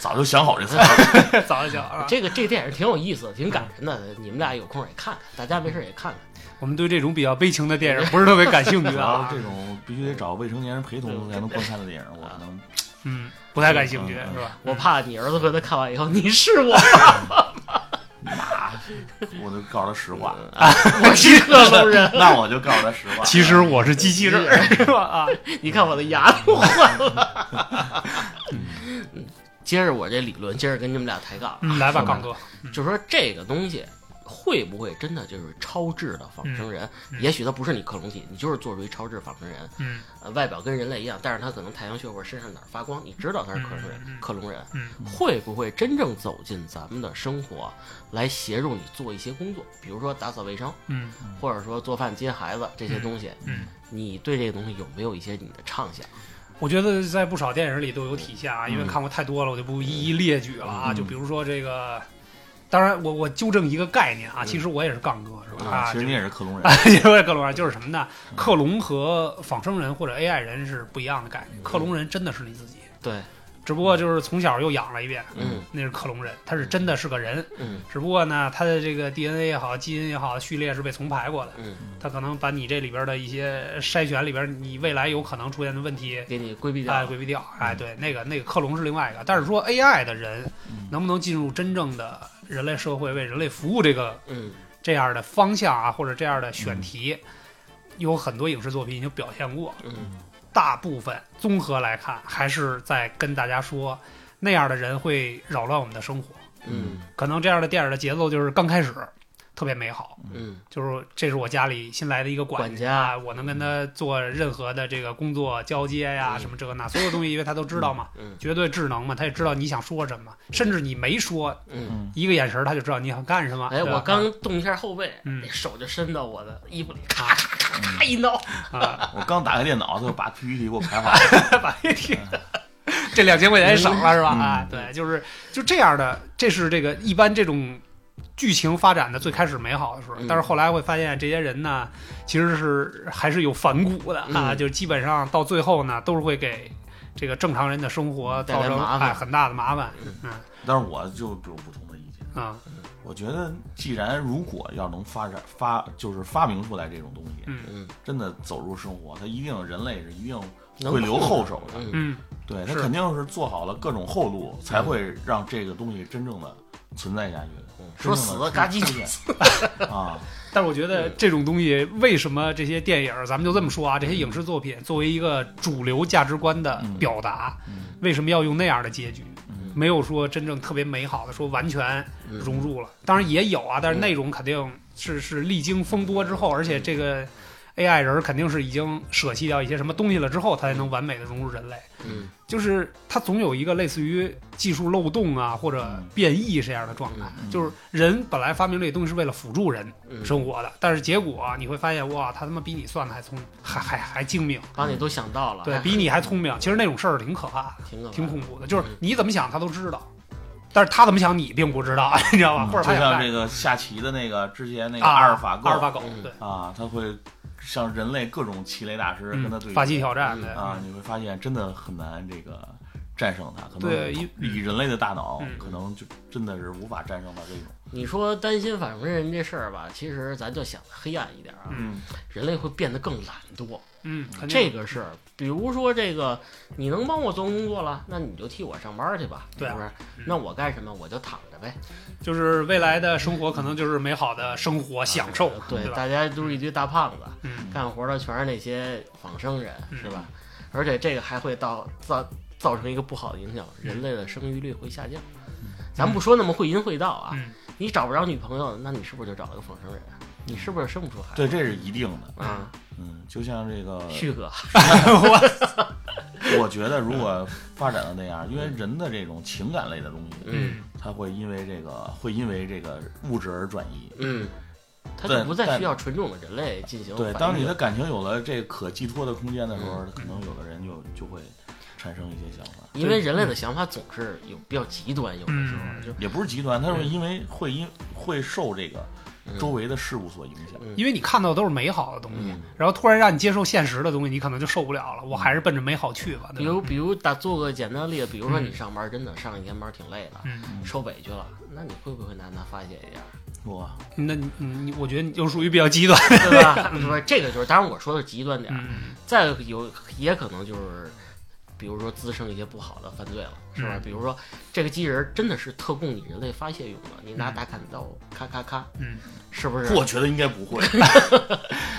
Speaker 2: 早就想 好这词儿了。
Speaker 3: 早就想啊，
Speaker 1: 这个这个电影挺有意思，挺感人的，你们俩有空也看看，大家没事也看看。
Speaker 3: 我们对这种比较悲情的电影不是特别感兴 趣
Speaker 2: 主
Speaker 3: 啊
Speaker 2: 要，这种必须得找未成年人陪同才能观看的电影，我可能
Speaker 3: 嗯，不太感兴趣
Speaker 2: 嗯嗯
Speaker 3: 是吧？
Speaker 1: 我怕你儿子回头看完以后，你是我，
Speaker 2: 我就告诉他实话，
Speaker 1: 我是克隆人，
Speaker 2: 那我就告诉他实话。 嗯
Speaker 3: 其实我是机器 人儿是吧？啊，
Speaker 1: 你看我的牙都换了。嗯，接着我这理论，接着跟你们俩抬杠，啊
Speaker 3: 嗯来吧，杠哥，
Speaker 1: 就说这个东西会不会真的就是超智的仿生人？
Speaker 3: 嗯嗯
Speaker 1: 也许它不是你克隆体，你就是做出一超智仿生人，
Speaker 3: 嗯
Speaker 1: 呃，外表跟人类一样，但是他可能太阳穴或者身上哪儿发光，你知道他是克隆人。
Speaker 3: 嗯嗯
Speaker 1: 克隆人
Speaker 3: 嗯
Speaker 1: 会不会真正走进咱们的生活，来协助你做一些工作，比如说打扫卫生，
Speaker 3: 嗯
Speaker 1: 或者说做饭、接孩子这些东西？
Speaker 3: 嗯，
Speaker 1: 你对这个东西有没有一些你的畅想？
Speaker 3: 我觉得在不少电影里都有体现啊，因为
Speaker 2: 嗯
Speaker 3: 看过太多了，我就不一一列举了啊。
Speaker 2: 嗯
Speaker 3: 就比如说这个，当然我我纠正一个概念啊，
Speaker 1: 嗯
Speaker 3: 其实我也是杠哥是吧？
Speaker 2: 啊，
Speaker 3: 啊，
Speaker 2: 其实
Speaker 3: 就 是
Speaker 2: 你也是克隆人
Speaker 3: 啊，也不是克隆人，就是什么呢？克隆和仿生人或者 AI 人是不一样的概
Speaker 2: 嗯
Speaker 3: 念，克隆人真的是你自己，
Speaker 1: 对，
Speaker 3: 只不过就是从小又养了一遍，
Speaker 1: 嗯
Speaker 3: 那是克隆人，他是真的是个人，
Speaker 1: 嗯
Speaker 3: 只不过呢，它的这个 DNA 也好，基因也好，序列是被重排过的，
Speaker 1: 嗯，
Speaker 3: 它可能把你这里边的一些筛选里边你未来有可能出现的问题，
Speaker 1: 给你规避掉。
Speaker 3: 哎，规避掉。哎，对，那个那个克隆是另外一个，但是说 AI 的人
Speaker 2: 嗯
Speaker 3: 能不能进入真正的人类社会为人类服务这个
Speaker 1: 嗯
Speaker 3: 这样的方向啊，或者这样的选题，有很多影视作品已经表现过，
Speaker 1: 嗯
Speaker 3: 大部分综合来看还是在跟大家说，那样的人会扰乱我们的生活。
Speaker 1: 嗯
Speaker 3: 可能这样的电影的节奏就是刚开始，特别美好。
Speaker 1: 嗯
Speaker 3: 就是这是我家里新来的一个管
Speaker 1: 管家
Speaker 3: 我能跟他做任何的这个工作交接呀，
Speaker 1: 嗯
Speaker 3: 什么这个那，所有东西因为他都知道嘛，
Speaker 1: 嗯
Speaker 3: 绝对智能嘛，他也知道你想说什么，甚至你没说，
Speaker 1: 嗯。
Speaker 2: 嗯，
Speaker 3: 一个眼神儿他就知道你想干什么。
Speaker 1: 哎，
Speaker 3: 对吧啊
Speaker 1: 我刚动一下后背，
Speaker 3: 嗯
Speaker 1: 那手就伸到我的衣服里，咔咔咔咔一挠，
Speaker 3: 啊，
Speaker 2: 我刚打开电脑，他就把 PPT 给我排好了。
Speaker 3: 把这个这两千块钱省了是吧？
Speaker 2: 嗯
Speaker 3: 啊，对，就是就这样的，这是这个一般这种剧情发展的最开始美好的时候，
Speaker 1: 嗯
Speaker 3: 但是后来会发现这些人呢，其实是还是有反骨的啊，
Speaker 1: 嗯
Speaker 3: 就基本上到最后呢，都是会给这个正常人的生活
Speaker 1: 带来
Speaker 3: 造成
Speaker 1: 麻烦嗯
Speaker 3: 哎很大的麻烦。嗯
Speaker 2: 但是我就有不同的意见，
Speaker 3: 啊，
Speaker 2: 我觉得既然如果要能发展发，就是发明出来这种东西，
Speaker 3: 嗯
Speaker 1: 嗯，
Speaker 2: 真的走入生活，它一定人类是一定
Speaker 1: 能
Speaker 2: 会留后手的。
Speaker 1: 嗯
Speaker 3: 嗯，
Speaker 2: 对，它
Speaker 3: 是
Speaker 2: 肯定是做好了各种后路，才会让这个东西真正的存在下去的。
Speaker 1: 嗯说死了嘎叽
Speaker 2: 出现啊，
Speaker 3: 但是我觉得这种东西，为什么这些电影儿，咱们就这么说啊，这些影视作品作为一个主流价值观的
Speaker 2: 嗯
Speaker 3: 表达，
Speaker 2: 嗯
Speaker 3: 为什么要用那样的结局？
Speaker 2: 嗯
Speaker 3: 没有说真正特别美好的，说完全
Speaker 1: 嗯
Speaker 3: 融入了。当然也有啊，但是
Speaker 1: 嗯
Speaker 3: 内容肯定是是历经风波之后，
Speaker 2: 嗯
Speaker 3: 而且这个 AI 人儿肯定是已经舍弃掉一些什么东西了之后，它才能完美的融入人类。
Speaker 1: 嗯
Speaker 3: 就是它总有一个类似于技术漏洞啊，或者
Speaker 2: 嗯
Speaker 3: 变异这样的状态。
Speaker 2: 嗯
Speaker 3: 就是人本来发明这东西是为了辅助人
Speaker 1: 嗯，
Speaker 3: 生活的，但是结果你会发现，哇，他他妈比你算的还聪，还还还精明，
Speaker 1: 把你都想到了，
Speaker 3: 对
Speaker 1: 还
Speaker 3: 比你还聪明。其实那种事儿挺可怕的。
Speaker 1: 挺可怕
Speaker 3: 挺
Speaker 1: 的
Speaker 3: 恐怖的，
Speaker 1: 嗯
Speaker 3: 就是你怎么想他都知道，但是他怎么想你并不知道，你知道吧？
Speaker 2: 嗯
Speaker 3: 啊或者他
Speaker 2: 就
Speaker 3: 想
Speaker 2: 像
Speaker 3: 干
Speaker 2: 这个下棋的那个之前那个
Speaker 3: 啊
Speaker 2: 阿尔法狗
Speaker 3: 阿尔法狗
Speaker 1: 嗯
Speaker 3: 对，
Speaker 2: 啊，它会像人类各种棋类大师跟他对
Speaker 3: 发
Speaker 2: 决
Speaker 3: 起挑战
Speaker 1: 嗯
Speaker 3: 对
Speaker 2: 啊，你会发现真的很难这个战胜它，可
Speaker 3: 对
Speaker 2: 能
Speaker 3: 一
Speaker 2: 以人类的大脑
Speaker 3: 嗯
Speaker 2: 可能就真的是无法战胜它这种。
Speaker 1: 你说担心反缝人这事儿吧，其实咱就想的黑暗一点啊，
Speaker 3: 嗯
Speaker 1: 人类会变得更懒惰，
Speaker 3: 嗯，肯定
Speaker 1: 这个是，比如说这个，你能帮我做工作了，那你就替我上班去吧，
Speaker 3: 对啊
Speaker 1: 是不是
Speaker 3: 嗯？
Speaker 1: 那我干什么？我就躺着呗。
Speaker 3: 就是未来的生活可能就是美好的生活享受，
Speaker 2: 嗯
Speaker 1: 对，
Speaker 3: 吧？
Speaker 1: 大家都是一堆大胖子，
Speaker 3: 哦嗯
Speaker 1: 干活的全是那些仿生人，
Speaker 3: 嗯
Speaker 1: 是吧？而且这个还会到造造成一个不好的影响，人类的生育率会下降。咱不说那么会淫会道啊，
Speaker 3: 嗯，
Speaker 1: 你找不着女朋友，那你是不是就找了个仿生人？啊你是不是生不出孩子？
Speaker 2: 对，这是一定的。
Speaker 1: 啊，
Speaker 2: 嗯，就像这个，
Speaker 1: 旭哥，
Speaker 2: 我觉得如
Speaker 3: 嗯
Speaker 2: 果发展到那样，因为人的这种情感类的东西，
Speaker 1: 嗯
Speaker 2: 它会因为这个会因为这个物质而转移。
Speaker 1: 嗯，他
Speaker 2: 对
Speaker 1: 就不再
Speaker 2: 但
Speaker 1: 需要纯种的人类进行
Speaker 2: 对，
Speaker 1: 繁
Speaker 2: 当你
Speaker 1: 衍
Speaker 2: 的感情有了这可寄托的空间的时候，可能有的人就就会产生一些想法，
Speaker 1: 因为人类的想法总是有比较极端，有的时
Speaker 3: 嗯
Speaker 1: 候就
Speaker 2: 也不是极端，他是因为会因会受这个
Speaker 1: 嗯
Speaker 2: 周围的事物所影响。
Speaker 1: 嗯
Speaker 3: 因为你看到的都是美好的东西
Speaker 1: 嗯，
Speaker 3: 然后突然让你接受现实的东西，你可能就受不了了。我还是奔着美好去吧，
Speaker 1: 比
Speaker 3: 对吧？
Speaker 1: 如比如打做个简单的例子，比如说
Speaker 3: 嗯
Speaker 1: 你上班真的上一天班挺累的，
Speaker 3: 嗯，
Speaker 1: 受委屈了，那你会不会拿它发泄一下，
Speaker 2: 哇，
Speaker 3: 嗯那你你你我觉得你就属于比较极端，
Speaker 1: 对吧？不是这个就是，当然我说的极端点儿，
Speaker 3: 嗯
Speaker 1: 再有也可能就是。比如说滋生一些不好的犯罪了，是吧？
Speaker 3: 嗯
Speaker 1: 比如说这个机器人真的是特供你人类发泄用的，你拿
Speaker 3: 嗯
Speaker 1: 打砍刀咔咔咔，
Speaker 3: 嗯，
Speaker 1: 是不是？
Speaker 2: 我觉得应该不会。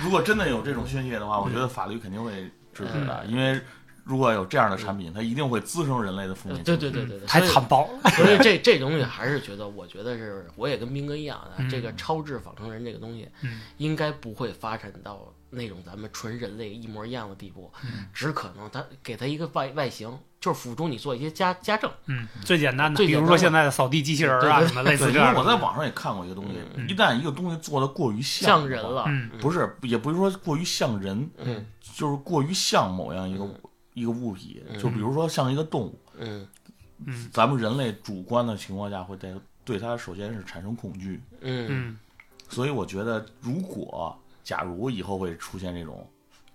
Speaker 2: 如果真的有这种宣泄的话，我觉得法律肯定会制止的，因为如果有这样的产品，它一定会滋生人类的负
Speaker 1: 呃
Speaker 2: 面情绪。
Speaker 1: 对对对对对，
Speaker 3: 还
Speaker 1: 所以
Speaker 3: 惨爆了，
Speaker 1: 所以这这东西还是觉得，我觉得是我也跟斌哥一样的，
Speaker 3: 嗯
Speaker 1: 这个超智仿生人这个东西，
Speaker 3: 嗯
Speaker 1: 应该不会发展到那种咱们纯人类一模一样的地步，
Speaker 3: 嗯
Speaker 1: 只可能它给它一个外外形，就是辅助你做一些家家政。
Speaker 3: 嗯，最简单的，
Speaker 1: 最
Speaker 3: 比
Speaker 1: 简单
Speaker 3: 如
Speaker 1: 的
Speaker 3: 说现在的扫地机器人儿啊，
Speaker 1: 对对
Speaker 3: 什么类似
Speaker 2: 对，
Speaker 3: 这
Speaker 2: 因
Speaker 3: 样
Speaker 2: 为
Speaker 3: 的。
Speaker 2: 我在网上也看过一个东西，
Speaker 3: 嗯
Speaker 2: 一旦一个东西做的过于像
Speaker 1: 像人
Speaker 2: 的话，
Speaker 1: 了，
Speaker 3: 嗯
Speaker 2: 不是，也不是说过于像人，
Speaker 1: 嗯
Speaker 2: 就是过于像某样一个
Speaker 1: 嗯
Speaker 2: 一个物体，
Speaker 1: 嗯
Speaker 2: 就比如说像一个动物，
Speaker 1: 嗯
Speaker 3: 嗯
Speaker 2: 咱们人类主观的情况下会对对它首先是产生恐惧，
Speaker 1: 嗯，
Speaker 3: 嗯，
Speaker 2: 所以我觉得如果假如以后会出现这种。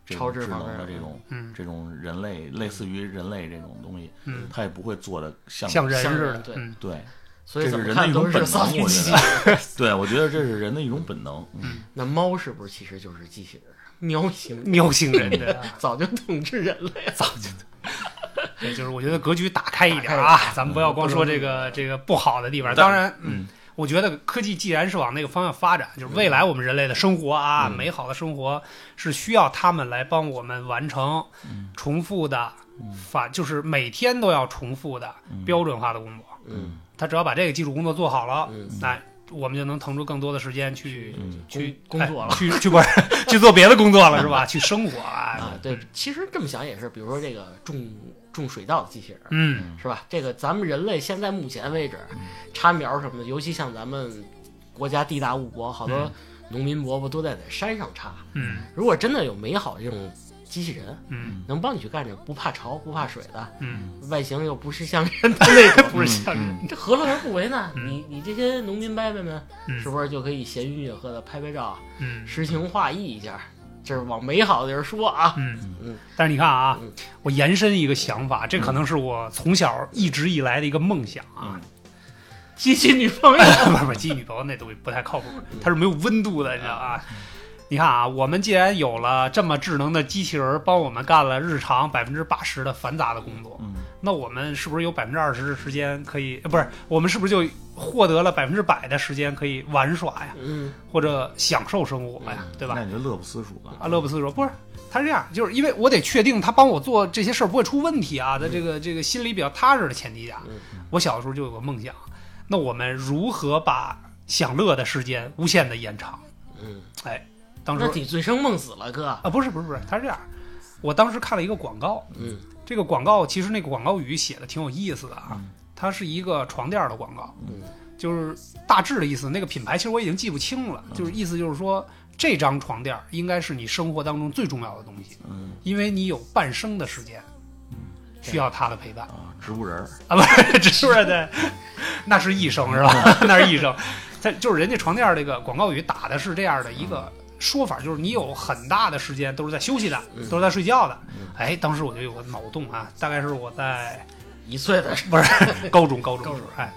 Speaker 2: 这种
Speaker 1: 超智
Speaker 2: 智
Speaker 1: 方
Speaker 2: 能的
Speaker 1: 式
Speaker 2: 这种
Speaker 3: 嗯
Speaker 2: 这种人类类似
Speaker 1: 嗯
Speaker 2: 于人类这种东西，
Speaker 3: 嗯
Speaker 2: 它也不会做的像
Speaker 3: 像人
Speaker 1: 像
Speaker 3: 似
Speaker 1: 人
Speaker 3: 的，
Speaker 1: 对
Speaker 3: 嗯
Speaker 2: 对
Speaker 1: 所以
Speaker 2: 这是
Speaker 1: 怎么
Speaker 2: 人的
Speaker 1: 看
Speaker 2: 一
Speaker 1: 都
Speaker 2: 种本
Speaker 1: 是
Speaker 2: 能
Speaker 1: 扫地
Speaker 2: 我
Speaker 1: 机
Speaker 2: 觉
Speaker 1: 器
Speaker 2: 得
Speaker 1: 人。
Speaker 2: 对，我觉得这是人的一种本能。嗯
Speaker 1: 那猫是不是其实就是机器人？啊喵型 人
Speaker 3: 喵星人，对啊
Speaker 1: 早就统治人类了，早就
Speaker 3: 对，就是我觉得格局打开一点
Speaker 1: 打嗯
Speaker 3: 啊，咱们不要光说这个这个不好的地方。
Speaker 2: 嗯
Speaker 3: 当然，
Speaker 2: 嗯，
Speaker 3: 我觉得科技既然是往那个方向发展，就是未来我们人类的生活啊，
Speaker 2: 嗯
Speaker 3: 美好的生活是需要他们来帮我们完成
Speaker 2: 嗯
Speaker 3: 重复的
Speaker 2: 嗯
Speaker 3: 法，就是每天都要重复的
Speaker 2: 嗯
Speaker 3: 标准化的工作。
Speaker 1: 嗯
Speaker 3: 他只要把这个基础工作做好了，
Speaker 1: 嗯
Speaker 3: 那我们就能腾出更多的时间去
Speaker 2: 嗯
Speaker 3: 去
Speaker 1: 工工作了
Speaker 3: 哎去去不是 去做别的工作了是吧？去生活啊，
Speaker 1: 啊，对，其实这么想也是，比如说这个种种水稻的机器人，
Speaker 3: 嗯
Speaker 1: 是吧？这个咱们人类现在目前为止，插苗什么的，尤其像咱们国家地大物博，好多
Speaker 3: 嗯
Speaker 1: 农民伯伯都在在山上插。
Speaker 3: 嗯
Speaker 1: 如果真的有美好的这种机器人，
Speaker 3: 嗯
Speaker 1: 能帮你去干这不怕潮、不怕水的，
Speaker 3: 嗯，
Speaker 1: 外形又不是像人的那种，
Speaker 3: 不是像人
Speaker 2: 嗯
Speaker 1: 这何乐而不为呢？
Speaker 3: 嗯
Speaker 1: 你你这些农民伯伯们，
Speaker 3: 嗯
Speaker 1: 是不是就可以闲云野鹤的拍拍照，
Speaker 3: 嗯
Speaker 1: 诗情画意一下？这是往美好的地儿说啊，
Speaker 3: 嗯
Speaker 1: 嗯，
Speaker 3: 但是你看啊
Speaker 1: 嗯，
Speaker 3: 我延伸一个想法，这可能是我从小一直以来的一个梦 想啊。
Speaker 1: 机器女朋友
Speaker 3: 不是不是，基于女朋友那东西不太靠谱，它是没有温度的，你知道吧？你看啊，我们既然有了这么智能的机器人儿帮我们干了日常百分之八十的繁杂的工作，
Speaker 2: 嗯
Speaker 3: 那我们是不是有百分之二十的时间可以？呃不是，我们是不是就获得了百分之百的时间可以玩耍呀，
Speaker 1: 嗯，
Speaker 3: 或者享受生活呀，对吧？啊
Speaker 2: 那你就乐不思蜀了。
Speaker 3: 阿勒布斯说：“不是，他是这样，就是因为我得确定他帮我做这些事儿不会出问题啊，在这个这个心里比较踏实的前提下
Speaker 1: 嗯，
Speaker 3: 我小的时候就有个梦想，那我们如何把享乐的时间无限的延长？
Speaker 1: 嗯，
Speaker 3: 当
Speaker 1: 那
Speaker 3: 时
Speaker 1: 得醉生梦死了，哥。
Speaker 3: 啊，不是不是不是，他是这样，我当时看了一个广告，
Speaker 1: 嗯
Speaker 3: 这个广告其实那个广告语写的挺有意思的啊
Speaker 2: 嗯，
Speaker 3: 它是一个床垫儿的广告，
Speaker 1: 嗯
Speaker 3: 就是大致的意思。那个品牌其实我已经记不清了，
Speaker 1: 嗯
Speaker 3: 就是意思就是说。”这张床垫儿应该是你生活当中最重要的东西，
Speaker 2: 嗯
Speaker 3: 因为你有半生的时间
Speaker 1: 嗯
Speaker 3: 需要他的陪伴
Speaker 2: 啊，植物人儿，
Speaker 3: 啊，不是， 这是不是对？那是一生是吧？那是一生。他就是人家床垫儿这个广告语打的是这样的一个说法，就是你有很大的时间都是在休息的，
Speaker 1: 嗯
Speaker 3: 都是在睡觉的
Speaker 2: 嗯。
Speaker 3: 哎，当时我就有个脑洞啊，大概是我在
Speaker 1: 一岁的时
Speaker 3: 不是高中
Speaker 1: 高
Speaker 3: 高中的
Speaker 1: 中
Speaker 3: 时候，哎，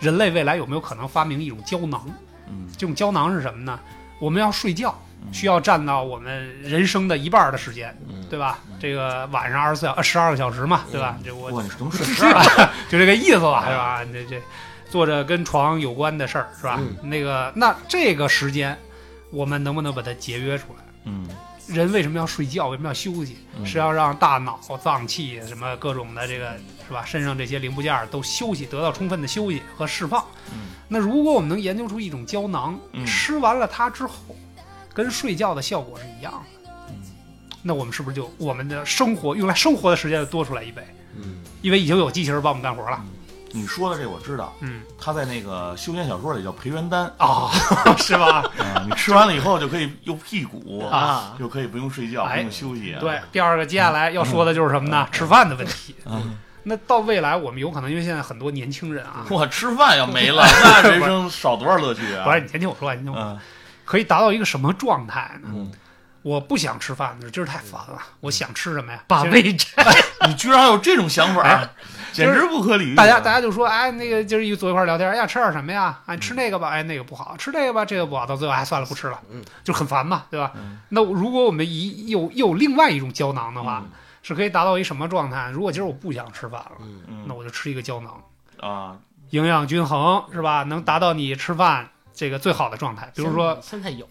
Speaker 3: 人类未来有没有可能发明一种胶囊？
Speaker 2: 嗯
Speaker 3: 这种胶囊是什么呢？我们要睡觉，
Speaker 2: 嗯
Speaker 3: 需要占到我们人生的一半儿的时间，
Speaker 1: 嗯
Speaker 3: 对吧
Speaker 2: 嗯？
Speaker 3: 这个晚上二十四小呃十二个小时嘛，对吧？这我
Speaker 2: 哇，你能啊睡
Speaker 3: 是吧？就这个意思吧，是吧？这这做着跟床有关的事儿，是吧？
Speaker 2: 嗯
Speaker 3: 那个那这个时间，我们能不能把它节约出来？
Speaker 2: 嗯
Speaker 3: 人为什么要睡觉？为什么要休息？
Speaker 2: 嗯
Speaker 3: 是要让大脑、脏器什么各种的这个是吧？身上这些零部件儿都休息，得到充分的休息和释放。
Speaker 2: 嗯
Speaker 3: 那如果我们能研究出一种胶囊，
Speaker 2: 嗯
Speaker 3: 吃完了它之后，跟睡觉的效果是一样的，
Speaker 2: 嗯
Speaker 3: 那我们是不是就我们的生活用来生活的时间就多出来一倍？
Speaker 1: 嗯
Speaker 3: 因为已经有机器人帮我们干
Speaker 2: 嗯
Speaker 3: 活了。
Speaker 2: 你说的这我知道，
Speaker 3: 嗯，
Speaker 2: 他在那个修仙小说里叫培元丹，
Speaker 3: 哦， 是吧？
Speaker 2: 啊你吃完了以后就可以又屁股
Speaker 1: 啊
Speaker 2: 又可以不用睡觉，不
Speaker 3: 哎
Speaker 2: 用休息。啊
Speaker 3: 对，，第二个接下来要说的就是什么呢？吃饭的问题。
Speaker 2: 嗯，
Speaker 3: 那到未来，我们有可能因为现在很多年轻人啊，
Speaker 2: 我吃饭要没 了，那人生少多少乐趣啊！
Speaker 3: 不是，你先听我说，你先听我说，
Speaker 2: 嗯
Speaker 3: 可以达到一个什么状态呢？
Speaker 2: 嗯，
Speaker 3: 我不想吃饭的时候，今儿太烦了，我想吃什么呀？
Speaker 1: 把
Speaker 3: 其实
Speaker 1: 妹摘，
Speaker 2: 你居然还有这种想法
Speaker 3: 哎，
Speaker 2: 简直不可理喻。 啊
Speaker 3: 大家大家就说，哎，那个今儿一坐一块儿聊天，哎呀，吃点什么呀？
Speaker 2: 嗯
Speaker 3: 哎，吃那个吧，哎，那个不好，吃这个吧，这个不好，到最后，哎，算了，不吃了，
Speaker 1: 嗯，
Speaker 3: 就很烦嘛，对吧？
Speaker 2: 嗯
Speaker 3: 那如果我们一有有另外一种胶囊的
Speaker 2: 嗯
Speaker 3: 话，是可以达到一什么状态？如果今儿我不想吃饭了，
Speaker 1: 嗯
Speaker 2: 嗯
Speaker 3: 那我就吃一个胶囊，
Speaker 2: 啊，
Speaker 3: 营养均衡是吧？能达到你吃饭这个最好的状态。比如说
Speaker 1: 现在有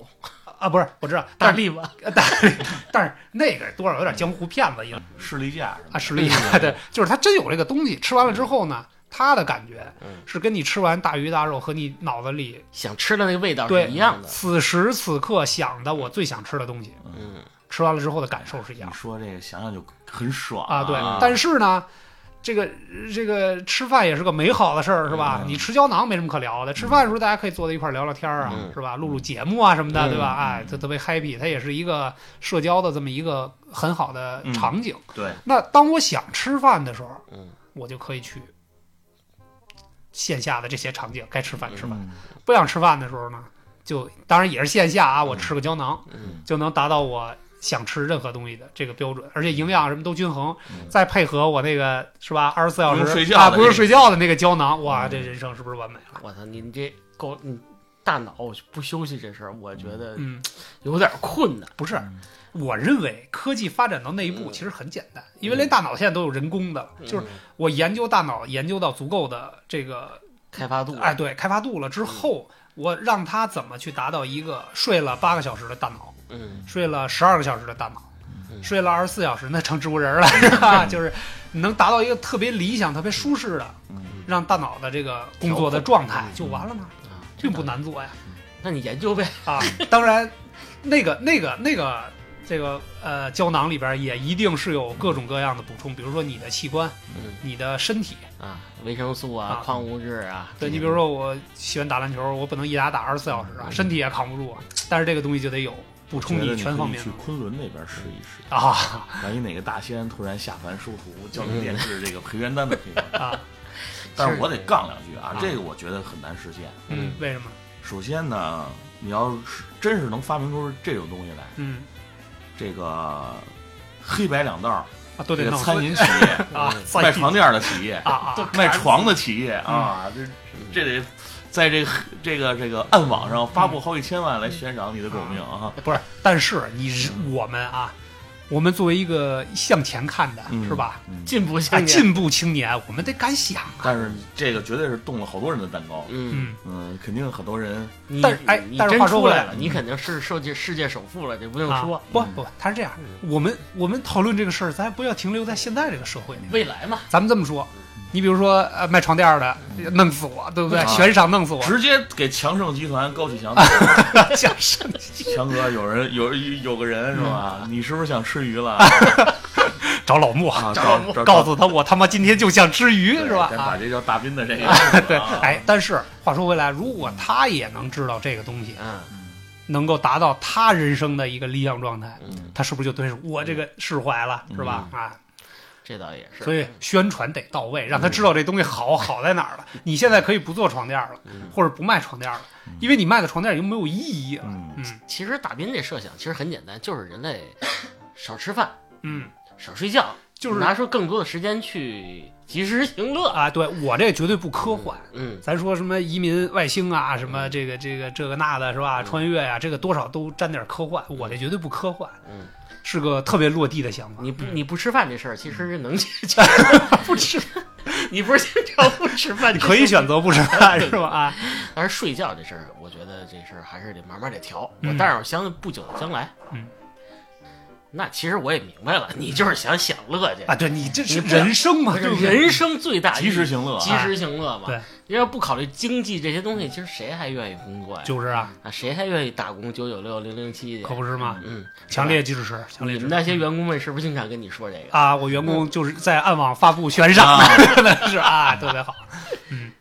Speaker 3: 啊，不是，我知道，
Speaker 1: 大
Speaker 3: 但是
Speaker 1: 力吧，
Speaker 3: 但是但是那个多少有点江湖骗子意思
Speaker 2: 士力架是吧
Speaker 3: 啊，实力对，就是他真有这个东西，吃完了之后呢。他的感觉
Speaker 1: 嗯
Speaker 3: 是跟你吃完大鱼大肉和你脑子里
Speaker 1: 想吃的那个味道
Speaker 3: 对
Speaker 1: 是一样的。
Speaker 3: 此时此刻想的我最想吃的东西，
Speaker 1: 嗯，
Speaker 3: 吃完了之后的感受是一样
Speaker 2: 你
Speaker 3: 的
Speaker 2: 说这个想想就很爽
Speaker 3: 啊。对
Speaker 1: 啊，
Speaker 3: 但是呢，这个这个吃饭也是个美好的事儿，是吧？
Speaker 2: 嗯
Speaker 3: 你吃胶囊没什么可聊的，吃饭的时候大家可以坐在一块儿聊聊天儿啊，
Speaker 1: 嗯
Speaker 3: 是吧？录录节目啊什么的，
Speaker 1: 嗯
Speaker 3: 对吧？哎，就特别 happy，它也是一个社交的这么一个很好的场景。
Speaker 2: 对，
Speaker 3: 那当我想吃饭的时候，
Speaker 1: 嗯，
Speaker 3: 我就可以去线下的这些场景，该吃饭吃饭。
Speaker 2: 嗯
Speaker 3: 不想吃饭的时候呢，就当然也是线下啊，我吃个胶囊，
Speaker 1: 嗯，
Speaker 3: 就能达到我想吃任何东西的这个标准，而且营养什么都均衡，
Speaker 2: 嗯
Speaker 3: 再配合我那个是吧，二十四小时
Speaker 2: 不用睡觉
Speaker 3: 啊，
Speaker 2: 的
Speaker 3: 不用
Speaker 2: 那个
Speaker 3: 睡觉的那个胶囊，哇，这人生是不是完美了？
Speaker 1: 我操，你这够，你大脑不休息这事儿，我觉得
Speaker 3: 嗯，
Speaker 1: 有点困难。
Speaker 3: 不是
Speaker 2: 嗯，
Speaker 3: 我认为科技发展到那一步
Speaker 1: 嗯
Speaker 3: 其实很简单，因为连大脑现在都有人工的了，就是
Speaker 1: 嗯
Speaker 3: 我研究大脑研究到足够的这个
Speaker 1: 开发度，
Speaker 3: 哎，对，开发度了之后，我让他怎么去达到一个睡了八个小时的大脑，
Speaker 1: 嗯，
Speaker 3: 睡了十二个小时的大脑
Speaker 1: 嗯，
Speaker 3: 睡了二十四小时，那成植物人 了，是吧？就是能达到一个特别理想、特别舒适的，
Speaker 2: 嗯
Speaker 3: 让大脑的这个工作的状态就完了呢
Speaker 1: 嗯。
Speaker 3: 并不难做呀
Speaker 1: 那你研究呗，
Speaker 2: 嗯
Speaker 3: 啊！当然，那个那个那个这个呃胶囊里边也一定是有各种各样的补充，比如说你的器官、
Speaker 1: 嗯
Speaker 3: 你的身体。
Speaker 1: 啊，维生素啊
Speaker 3: 啊，
Speaker 1: 矿物质啊，
Speaker 3: 对
Speaker 2: 嗯
Speaker 3: 你比如说我喜欢打篮球，我不能一打打二十四小时啊，身体也扛不住啊。但是这个东西就得有补充
Speaker 2: 觉得
Speaker 3: 你
Speaker 2: 你
Speaker 3: 全方
Speaker 2: 可以
Speaker 3: 面
Speaker 2: 去
Speaker 3: 的
Speaker 2: 昆仑那边试一试，
Speaker 3: 啊
Speaker 2: 万一哪个大仙突然下凡收徒，教你 炼制这个培元丹的配方。
Speaker 3: 啊
Speaker 2: 但是我得杠两句
Speaker 1: 啊，
Speaker 2: 啊这个我觉得很难实现。
Speaker 3: 嗯，为什么？
Speaker 2: 首先呢，你要是真是能发明出这种东西来，
Speaker 3: 嗯
Speaker 2: 这个黑白两道儿，
Speaker 3: 啊，都
Speaker 2: 这
Speaker 3: 得
Speaker 2: 个
Speaker 3: 弄
Speaker 2: 餐饮企业、
Speaker 3: 啊，餐
Speaker 2: 嗯卖
Speaker 3: 饮
Speaker 2: 床垫儿的企业、
Speaker 3: 啊啊，
Speaker 2: 卖床的企业啊，
Speaker 3: 嗯
Speaker 2: 这这得在这个这个这个暗网上发
Speaker 3: 嗯
Speaker 2: 布好几千万来悬赏你的狗命啊！
Speaker 3: 不是，但是你是我们啊，我们作为一个向前看的，
Speaker 2: 嗯
Speaker 3: 是吧？
Speaker 2: 嗯
Speaker 1: 进步
Speaker 3: 啊，
Speaker 1: 向前，
Speaker 3: 进步青年，我们得敢想啊。
Speaker 2: 但是这个绝对是动了好多人的蛋糕，
Speaker 1: 嗯，
Speaker 3: 嗯，
Speaker 2: 嗯，肯定很多人
Speaker 1: 你
Speaker 3: 但是哎
Speaker 1: 你
Speaker 3: 但是
Speaker 1: 真
Speaker 3: 话说
Speaker 1: 出
Speaker 3: 回来
Speaker 1: 来了，嗯你肯定是世界世界首富了，这不用
Speaker 3: 啊
Speaker 1: 说，
Speaker 3: 不
Speaker 2: 嗯
Speaker 3: 不，他是这样，我们我们讨论这个事儿，咱不要停留在现在这个社会里。
Speaker 1: 未来嘛，
Speaker 3: 咱们这么说，你比如说呃，卖床垫儿的弄死我，对不对？
Speaker 2: 啊
Speaker 3: 悬赏弄死我，
Speaker 2: 直接给强盛集团高启强
Speaker 3: 想什么
Speaker 2: 强哥，有人有有个人是吧？你是不是想吃鱼了？
Speaker 3: 找老莫，
Speaker 2: 啊，
Speaker 1: 找
Speaker 2: 找找
Speaker 3: 告诉他我他妈今天就想吃鱼，是吧？
Speaker 2: 对咱
Speaker 3: 啊
Speaker 2: 把这叫大斌的这个，
Speaker 3: 对，
Speaker 2: 啊，
Speaker 3: 哎，但是话说回来，如果他也能知道这个东西，
Speaker 1: 嗯
Speaker 3: 能够达到他人生的一个理想状态，
Speaker 2: 嗯，
Speaker 3: 他是不是就对我这个释怀了，是吧？啊，
Speaker 1: 这倒也是，
Speaker 3: 所以宣传得到位，让他知道这东西好好在哪儿了。你现在可以不做床垫了，
Speaker 1: 嗯
Speaker 3: 或者不卖床垫了，因为你卖的床垫已经没有意义了。
Speaker 2: 嗯，
Speaker 3: 嗯
Speaker 1: 其实打斌这设想其实很简单，就是人类 少吃饭、
Speaker 3: 嗯，
Speaker 1: 少睡觉，
Speaker 3: 就是
Speaker 1: 拿出更多的时间去及时行乐。
Speaker 3: 啊，对我这绝对不科幻。
Speaker 1: 嗯，
Speaker 3: 咱说什么移民外星啊，什么这个这个这个那的是吧？穿越呀、这个多少都沾点科幻。我这绝对不科幻，
Speaker 1: 嗯，
Speaker 3: 是个特别落地的想法。
Speaker 1: 你不
Speaker 3: 嗯
Speaker 1: 你不吃饭这事儿其实是能解决 的，不吃饭，你不是经常不吃饭，
Speaker 3: 你可以选择不吃 饭是吧？啊，
Speaker 1: 但是睡觉这事儿，我觉得这事儿还是得慢慢得调。
Speaker 3: 嗯
Speaker 1: 我但是我相信不久的将来，
Speaker 3: 嗯，
Speaker 1: 那其实我也明白了，你就是想享乐去
Speaker 3: 啊，，对你这是
Speaker 1: 你不要
Speaker 3: 人生嘛，
Speaker 1: 不是
Speaker 3: 对不对？
Speaker 1: 人生最大
Speaker 2: 及时行乐啊，
Speaker 1: 及时行乐嘛。
Speaker 3: 对，
Speaker 1: 你要不考虑经济这些东西，其实谁还愿意工作呀？
Speaker 3: 就是啊，
Speaker 1: 啊，谁还愿意打工九九六零零七去
Speaker 3: 可？不是嘛，
Speaker 1: 嗯，
Speaker 3: 强烈支
Speaker 2: 嗯
Speaker 3: 持，强烈
Speaker 1: 你们
Speaker 3: 支持
Speaker 1: 嗯那些员工们是不是经常跟你说这个？
Speaker 3: 啊！我员
Speaker 2: 嗯
Speaker 3: 工就是在暗网发布悬 赏，是啊，特别好。
Speaker 2: 嗯。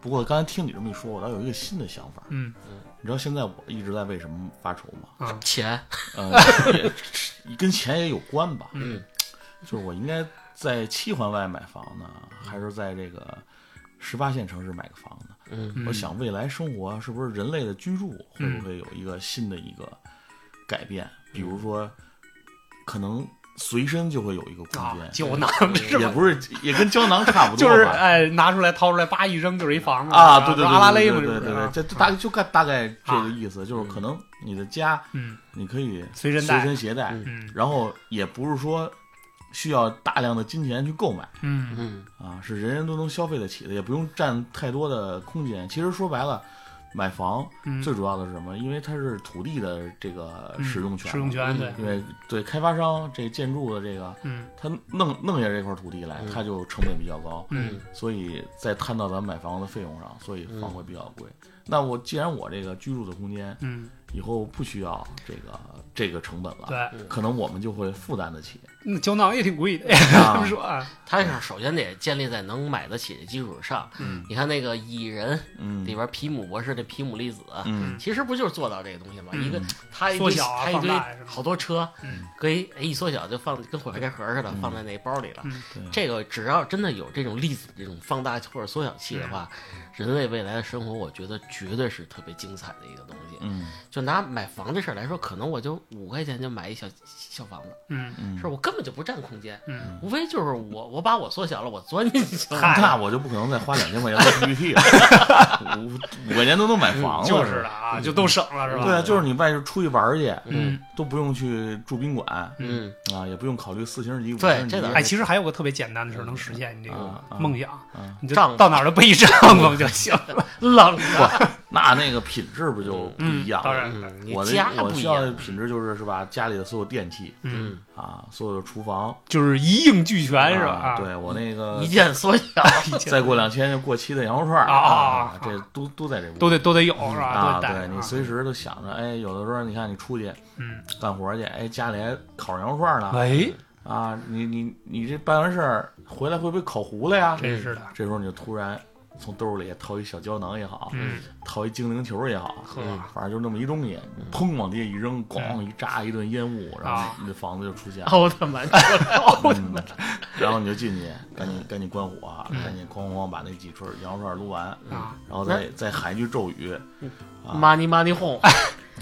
Speaker 2: 不过刚才听你这么一说，我倒有一个新的想法。
Speaker 3: 嗯
Speaker 2: 你知道现在我一直在为什么发愁吗？
Speaker 3: 啊，
Speaker 1: 钱，
Speaker 2: 呃， 也跟钱也有关吧。
Speaker 1: 嗯，
Speaker 2: 就是我应该在七环外买房呢，还是在这个十八线城市买个房呢？
Speaker 1: 嗯，
Speaker 3: 嗯
Speaker 2: 我想未来生活是不是人类的居住会不会有一个新的一个改变？比如
Speaker 3: 嗯
Speaker 2: 说，可能随身就会有一个空
Speaker 3: 啊
Speaker 2: 间，，
Speaker 3: 胶囊是
Speaker 2: 也
Speaker 3: 吧？
Speaker 2: 不是也跟胶囊 差不多
Speaker 3: 就
Speaker 2: 吧，
Speaker 3: 是哎，拿出来掏出来，叭一扔就是一房子
Speaker 2: 啊，对对对对对
Speaker 3: 阿拉蕾嘛，
Speaker 2: 对对
Speaker 3: 是不
Speaker 2: 对
Speaker 3: 是
Speaker 2: 对，
Speaker 3: 啊？
Speaker 2: 这大就大大概这个意思，就是可能你的家
Speaker 3: 嗯
Speaker 2: 你可以
Speaker 3: 随身带
Speaker 2: 携带，
Speaker 1: 嗯
Speaker 3: 嗯
Speaker 2: 然后也不是说需要大量的金钱去购买。
Speaker 3: 嗯
Speaker 1: 嗯，
Speaker 2: 啊，是人人都能消费得起的，也不用占太多的空间。其实说白了，买房
Speaker 3: 嗯，
Speaker 2: 最主要的是什么？因为它是土地的这个
Speaker 3: 嗯
Speaker 2: 使用权嘛，
Speaker 3: 使用权
Speaker 1: 嗯
Speaker 3: 对，
Speaker 2: 因为对开发商这建筑的这个，
Speaker 3: 嗯
Speaker 2: 他弄弄下这块土地来，
Speaker 1: 嗯
Speaker 2: 他就成本比较高，
Speaker 3: 嗯
Speaker 2: 所以再摊到咱们买房的费用上，所以房会比较贵。那我既然我这个居住的空间
Speaker 3: 嗯，
Speaker 2: 以后不需要这个这个成本了，
Speaker 3: 对，
Speaker 2: 可能我们就会负担得起。
Speaker 3: 那胶囊也挺贵的，
Speaker 2: 啊
Speaker 3: 他 们说啊，
Speaker 1: 它是首先得建立在能买得起的基础上。
Speaker 3: 嗯
Speaker 1: 你看那个《蚁人》
Speaker 2: 嗯
Speaker 1: 里边皮姆博士那皮姆粒子，
Speaker 2: 嗯
Speaker 1: 其实不就是做到这个东西吗？
Speaker 3: 嗯
Speaker 1: 一个它一
Speaker 3: 缩
Speaker 1: 堆
Speaker 3: 小啊
Speaker 1: 它一
Speaker 3: 放
Speaker 1: 堆
Speaker 3: 大呀是吧
Speaker 1: 好多车
Speaker 3: 嗯，
Speaker 1: 可以哎一缩小就放跟火柴盒似的
Speaker 2: 嗯
Speaker 1: 放在那包里了
Speaker 3: 嗯。
Speaker 1: 这个只要真的有这种粒子这种放大或者缩小器的话，
Speaker 3: 嗯
Speaker 1: 人类未来的生活我觉得绝对是特别精彩的一个东西。
Speaker 2: 嗯
Speaker 1: 就拿买房这事儿来说，可能我就五块钱就买一小小房子，
Speaker 3: 嗯
Speaker 2: 嗯
Speaker 1: 是我根本就不占空间，
Speaker 3: 嗯，
Speaker 1: 无非就是我我把我缩小了，我钻进去就
Speaker 3: 嗨
Speaker 2: 那我就不可能再花两千块钱 做 PPT 了，五五块钱都能买房了，
Speaker 3: 就是的啊，就都省了是吧？
Speaker 2: 对啊，就是你外出去玩去，
Speaker 3: 嗯，
Speaker 2: 都不用去住宾馆
Speaker 1: 嗯，
Speaker 2: 啊，也不用考虑四星级、五
Speaker 1: 对
Speaker 2: 星级
Speaker 1: 这倒是
Speaker 3: 哎，其实还有个特别简单的事儿能实现你这个
Speaker 2: 啊啊
Speaker 3: 梦想
Speaker 2: 啊，
Speaker 3: 你就
Speaker 1: 帐篷
Speaker 3: 到哪儿都背一帐篷就行了。
Speaker 1: 冷
Speaker 2: 那那个品质不就不一样
Speaker 3: 嗯当
Speaker 2: 了？
Speaker 3: 然
Speaker 1: 嗯，你
Speaker 2: 我
Speaker 1: 家
Speaker 2: 的我
Speaker 1: 不一
Speaker 2: 需要
Speaker 1: 样
Speaker 2: 的，品质就是是吧？家里的所有电器
Speaker 3: 嗯，
Speaker 1: 嗯，
Speaker 2: 啊，所有的厨房，
Speaker 3: 就是一应俱全是吧？
Speaker 2: 啊
Speaker 3: 啊，
Speaker 2: 对我那个
Speaker 1: 一键缩小，
Speaker 2: 再过两天就过期的羊肉串儿
Speaker 3: 啊啊啊
Speaker 2: 这都都在这屋
Speaker 3: 都得都得有是吧？
Speaker 2: 啊，
Speaker 3: 都得带
Speaker 2: 对你
Speaker 3: 啊
Speaker 2: 随时都想着，哎，有的时候你看你出去
Speaker 3: 嗯，
Speaker 2: 干活去，哎，家里还烤羊肉串呢，
Speaker 3: 喂，
Speaker 2: 啊，你你你这办完事儿回来会不会烤糊了呀？
Speaker 3: 真是的，
Speaker 2: 这时候你就突然从兜里掏一小胶囊也好，
Speaker 3: 嗯，
Speaker 2: 掏一精灵球也好，啊
Speaker 3: 呵，啊
Speaker 2: 反正就那么一东西，你砰往地下一扔，咣一炸，一顿烟雾，然后
Speaker 3: 啊
Speaker 2: 你的房子就出现了。
Speaker 1: 奥特曼，
Speaker 2: 嗯然后你就进去，赶紧赶紧关火，啊赶紧哐哐哐把那几串羊肉串撸完，
Speaker 3: 啊，
Speaker 2: 然后再再喊一句咒语啊
Speaker 1: money money home，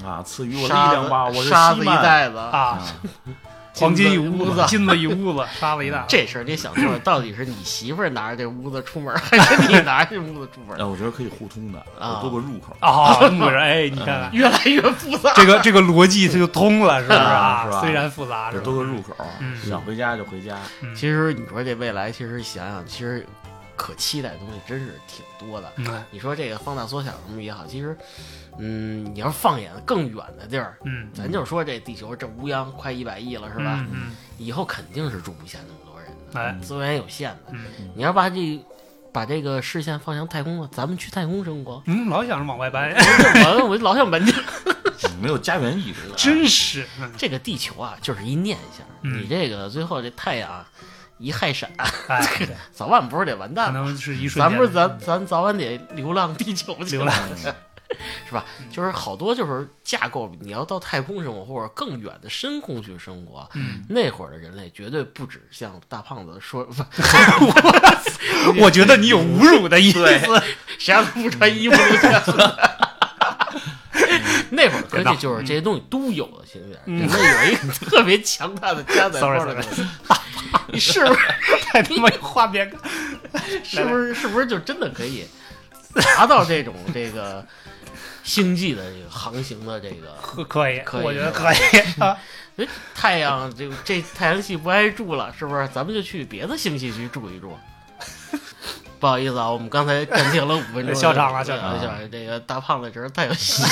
Speaker 2: 啊，赐予我力
Speaker 1: 沙
Speaker 2: 量吧，
Speaker 1: 子
Speaker 2: 我是
Speaker 1: 沙子一
Speaker 2: 西曼。
Speaker 1: 袋子啊，
Speaker 3: 啊，黄金一屋
Speaker 1: 金子一屋子
Speaker 3: 金子一屋子，沙子一
Speaker 2: 嗯
Speaker 3: 大，
Speaker 1: 这事儿你想清楚，到底是你媳妇儿拿着这屋子出门，还是你拿着这屋子出门
Speaker 2: 哎，？我觉得可以互通的，有多个入口。
Speaker 3: 啊，这么个人，哎，你
Speaker 2: 嗯
Speaker 3: 看看
Speaker 1: 越来越复杂。
Speaker 3: 这个这个逻辑它就通了，是不是
Speaker 2: 啊是
Speaker 3: 啊？
Speaker 2: 吧
Speaker 3: 虽然复杂，是
Speaker 2: 有
Speaker 3: 吧
Speaker 2: 多？个入口，
Speaker 3: 嗯
Speaker 2: 想回家就回家。
Speaker 1: 其实你说这未来，其实想想，其实可期待的东西真是挺多的。
Speaker 3: 嗯
Speaker 1: 你说这个放大缩小什么也好，其实，嗯，你要是放眼更远的地儿，
Speaker 3: 嗯，
Speaker 1: 咱就说这地球这乌泱快一百亿了，是吧？
Speaker 3: 嗯，
Speaker 1: 以后肯定是住不下那么多人
Speaker 3: 嗯
Speaker 1: 的，
Speaker 3: 哎，
Speaker 1: 资源有限的。
Speaker 3: 嗯，
Speaker 1: 你要把这把这个视线放向太空了，咱们去太空生活
Speaker 3: 嗯，老想着往外搬，
Speaker 1: 我我老想搬家。
Speaker 2: 嗯没有家园意识，
Speaker 3: 真是，嗯
Speaker 1: 这个地球啊，就是一念想，
Speaker 3: 嗯
Speaker 1: 你这个最后这太阳啊一氦闪，
Speaker 3: 哎，
Speaker 1: 早晚不是得完
Speaker 3: 可
Speaker 1: 蛋吗？
Speaker 3: 能是一瞬间，
Speaker 1: 咱不是咱咱早晚得流浪地球去
Speaker 3: 流浪
Speaker 2: 嗯
Speaker 1: 就是好多就是架构，你要到太空生活或者更远的深空去生活，
Speaker 3: 嗯，
Speaker 1: 那会儿的人类绝对不止像大胖子说，
Speaker 3: 我觉得你有侮辱的意思，
Speaker 1: 谁让他不穿衣服露馅了？那会儿科技就是这些东西都有了，现在
Speaker 3: 嗯
Speaker 1: 人类有一个特别强大的 加载包
Speaker 3: Sorry，
Speaker 1: 的能力，你 是不是
Speaker 3: 太他妈有画面感，
Speaker 1: 是不是是不是就真的可以达到这种这个星际的这个航行的这个
Speaker 3: 可可以，
Speaker 1: 可以
Speaker 3: 我觉 得可以啊，
Speaker 1: 哎，太阳这这太阳系不挨住了，是不是？咱们就去别的星系去住一住。 不好意思啊，我们刚才暂停了五分钟，
Speaker 3: 笑场了笑
Speaker 2: 场了
Speaker 1: 对笑场。这个大胖子真是太有喜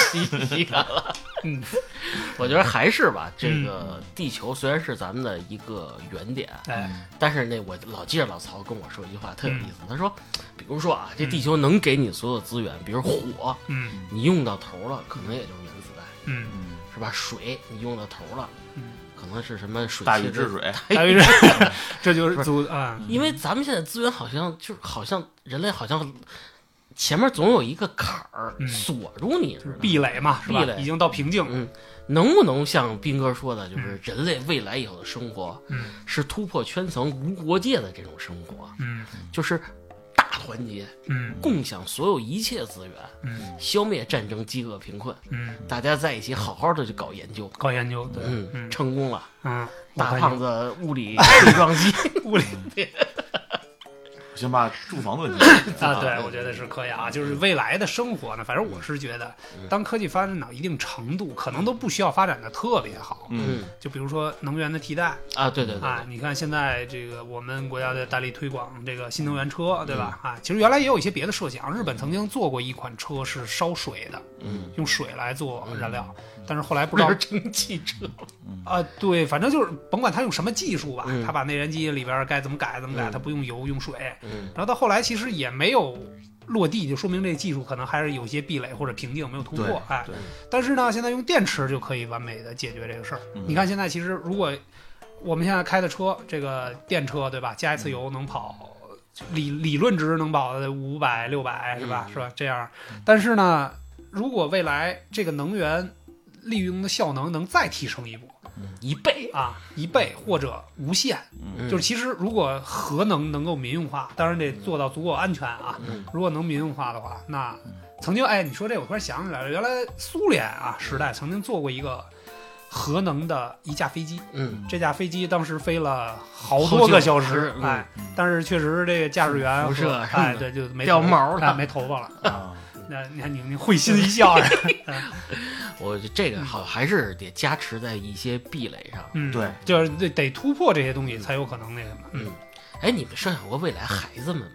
Speaker 1: 喜感了。
Speaker 3: 嗯，
Speaker 1: 我觉得还是吧，这个地球虽然是咱们的一个原点，
Speaker 3: 哎，
Speaker 1: 但是那我老记着老曹跟我说一句话特有意
Speaker 3: 嗯
Speaker 1: 思，他说，比如说啊，这地球能给你所有资源，比如火，
Speaker 3: 嗯
Speaker 1: 你用到头了，可能也就是原子弹，
Speaker 3: 嗯，
Speaker 2: 嗯
Speaker 1: 是吧？水你用到头了
Speaker 3: 嗯，
Speaker 1: 可能是什么水
Speaker 2: 大
Speaker 1: 汽
Speaker 2: 禹
Speaker 1: 水
Speaker 2: 治水，
Speaker 3: 大 于是，这就是组啊，
Speaker 1: 因为咱们现在资源好像就是好像人类好像前面总有一个坎儿
Speaker 3: 嗯
Speaker 1: 锁住你似的。
Speaker 3: 壁垒嘛，是吧
Speaker 1: 壁？垒
Speaker 3: 已经到瓶颈了，
Speaker 1: 嗯，能不能像斌哥说的，就是人类未来以后的生活
Speaker 3: 嗯
Speaker 1: 是突破圈层、无国界的这种生活，
Speaker 3: 嗯
Speaker 1: 就是大团结，
Speaker 3: 嗯
Speaker 1: 共享所有一切资源，
Speaker 3: 嗯
Speaker 1: 消灭战争、饥饿、贫困，
Speaker 3: 嗯，
Speaker 1: 大家在一起好好的去搞研究。
Speaker 3: 搞研究，对，
Speaker 1: 嗯，
Speaker 3: 嗯
Speaker 1: 成功了，
Speaker 3: 啊，
Speaker 1: 大
Speaker 3: 我看
Speaker 1: 胖子物理 对撞机。
Speaker 3: 见物理
Speaker 2: 我先把住房问题
Speaker 3: 啊，对，我觉得是可以啊。就是未来的生活呢，反正我是觉得，
Speaker 1: 嗯
Speaker 3: 当科技发展到一定程度，可能都不需要发展的特别好。
Speaker 2: 嗯
Speaker 1: 嗯
Speaker 3: 就比如说能源的替代
Speaker 1: 啊，对对对，
Speaker 3: 啊，你看现在这个我们国家在大力推广这个新能源
Speaker 1: 嗯
Speaker 3: 车，对吧？啊，其实原来也有一些别的设想，日本曾经做过一款车是烧水的，
Speaker 1: 嗯，
Speaker 3: 用水来做燃料，但是后来不知
Speaker 1: 那
Speaker 3: 道
Speaker 1: 是蒸汽车。
Speaker 3: 啊，对，反正就是甭管他用什么技术吧，
Speaker 1: 嗯
Speaker 3: 他把内燃机里边该怎么改怎么改，
Speaker 1: 嗯
Speaker 3: 他不用油用水，
Speaker 1: 嗯
Speaker 3: 然后到后来其实也没有落地，就说明这技术可能还是有些壁垒或者瓶颈没有突
Speaker 2: 对
Speaker 3: 破。哎
Speaker 2: 对，
Speaker 3: 但是呢，现在用电池就可以完美的解决这个事儿。
Speaker 2: 嗯
Speaker 3: 你看现在其实如果我们现在开的车，这个电车对吧，加一
Speaker 1: 嗯
Speaker 3: 次油能跑。理理论值能跑五百六百是吧？
Speaker 1: 嗯
Speaker 3: 是吧？这样，但是呢，如果未来这个能源利用的效能能再提升一步
Speaker 1: 一倍，
Speaker 3: 啊，一倍或者无限，
Speaker 1: 嗯
Speaker 3: 就是其实如果核能能够民用化，当然得做到足够安全啊。
Speaker 1: 嗯
Speaker 3: 如果能民用化的话，那曾经哎，你说这我突然想起来了，原来苏联啊时代曾经做过一个核能的一架飞机，
Speaker 1: 嗯，
Speaker 3: 这架飞机当时飞了好
Speaker 1: 好
Speaker 3: 多个小时
Speaker 1: 几个小时，嗯
Speaker 3: 哎，但是确实这个驾驶员
Speaker 1: 辐射
Speaker 3: 和
Speaker 1: 什么的
Speaker 3: 哎对就没
Speaker 1: 掉
Speaker 3: 头发
Speaker 1: 毛了嗯
Speaker 3: 哎没头发了。
Speaker 2: 啊，
Speaker 3: 那你看你你会心一笑，
Speaker 1: 我觉得这个好还是得加持在一些壁垒上。
Speaker 3: 嗯，
Speaker 2: 对，
Speaker 3: 就是得得突破这些东西才有可能那什么，嗯
Speaker 1: 哎，你们设想过未来孩子们吗？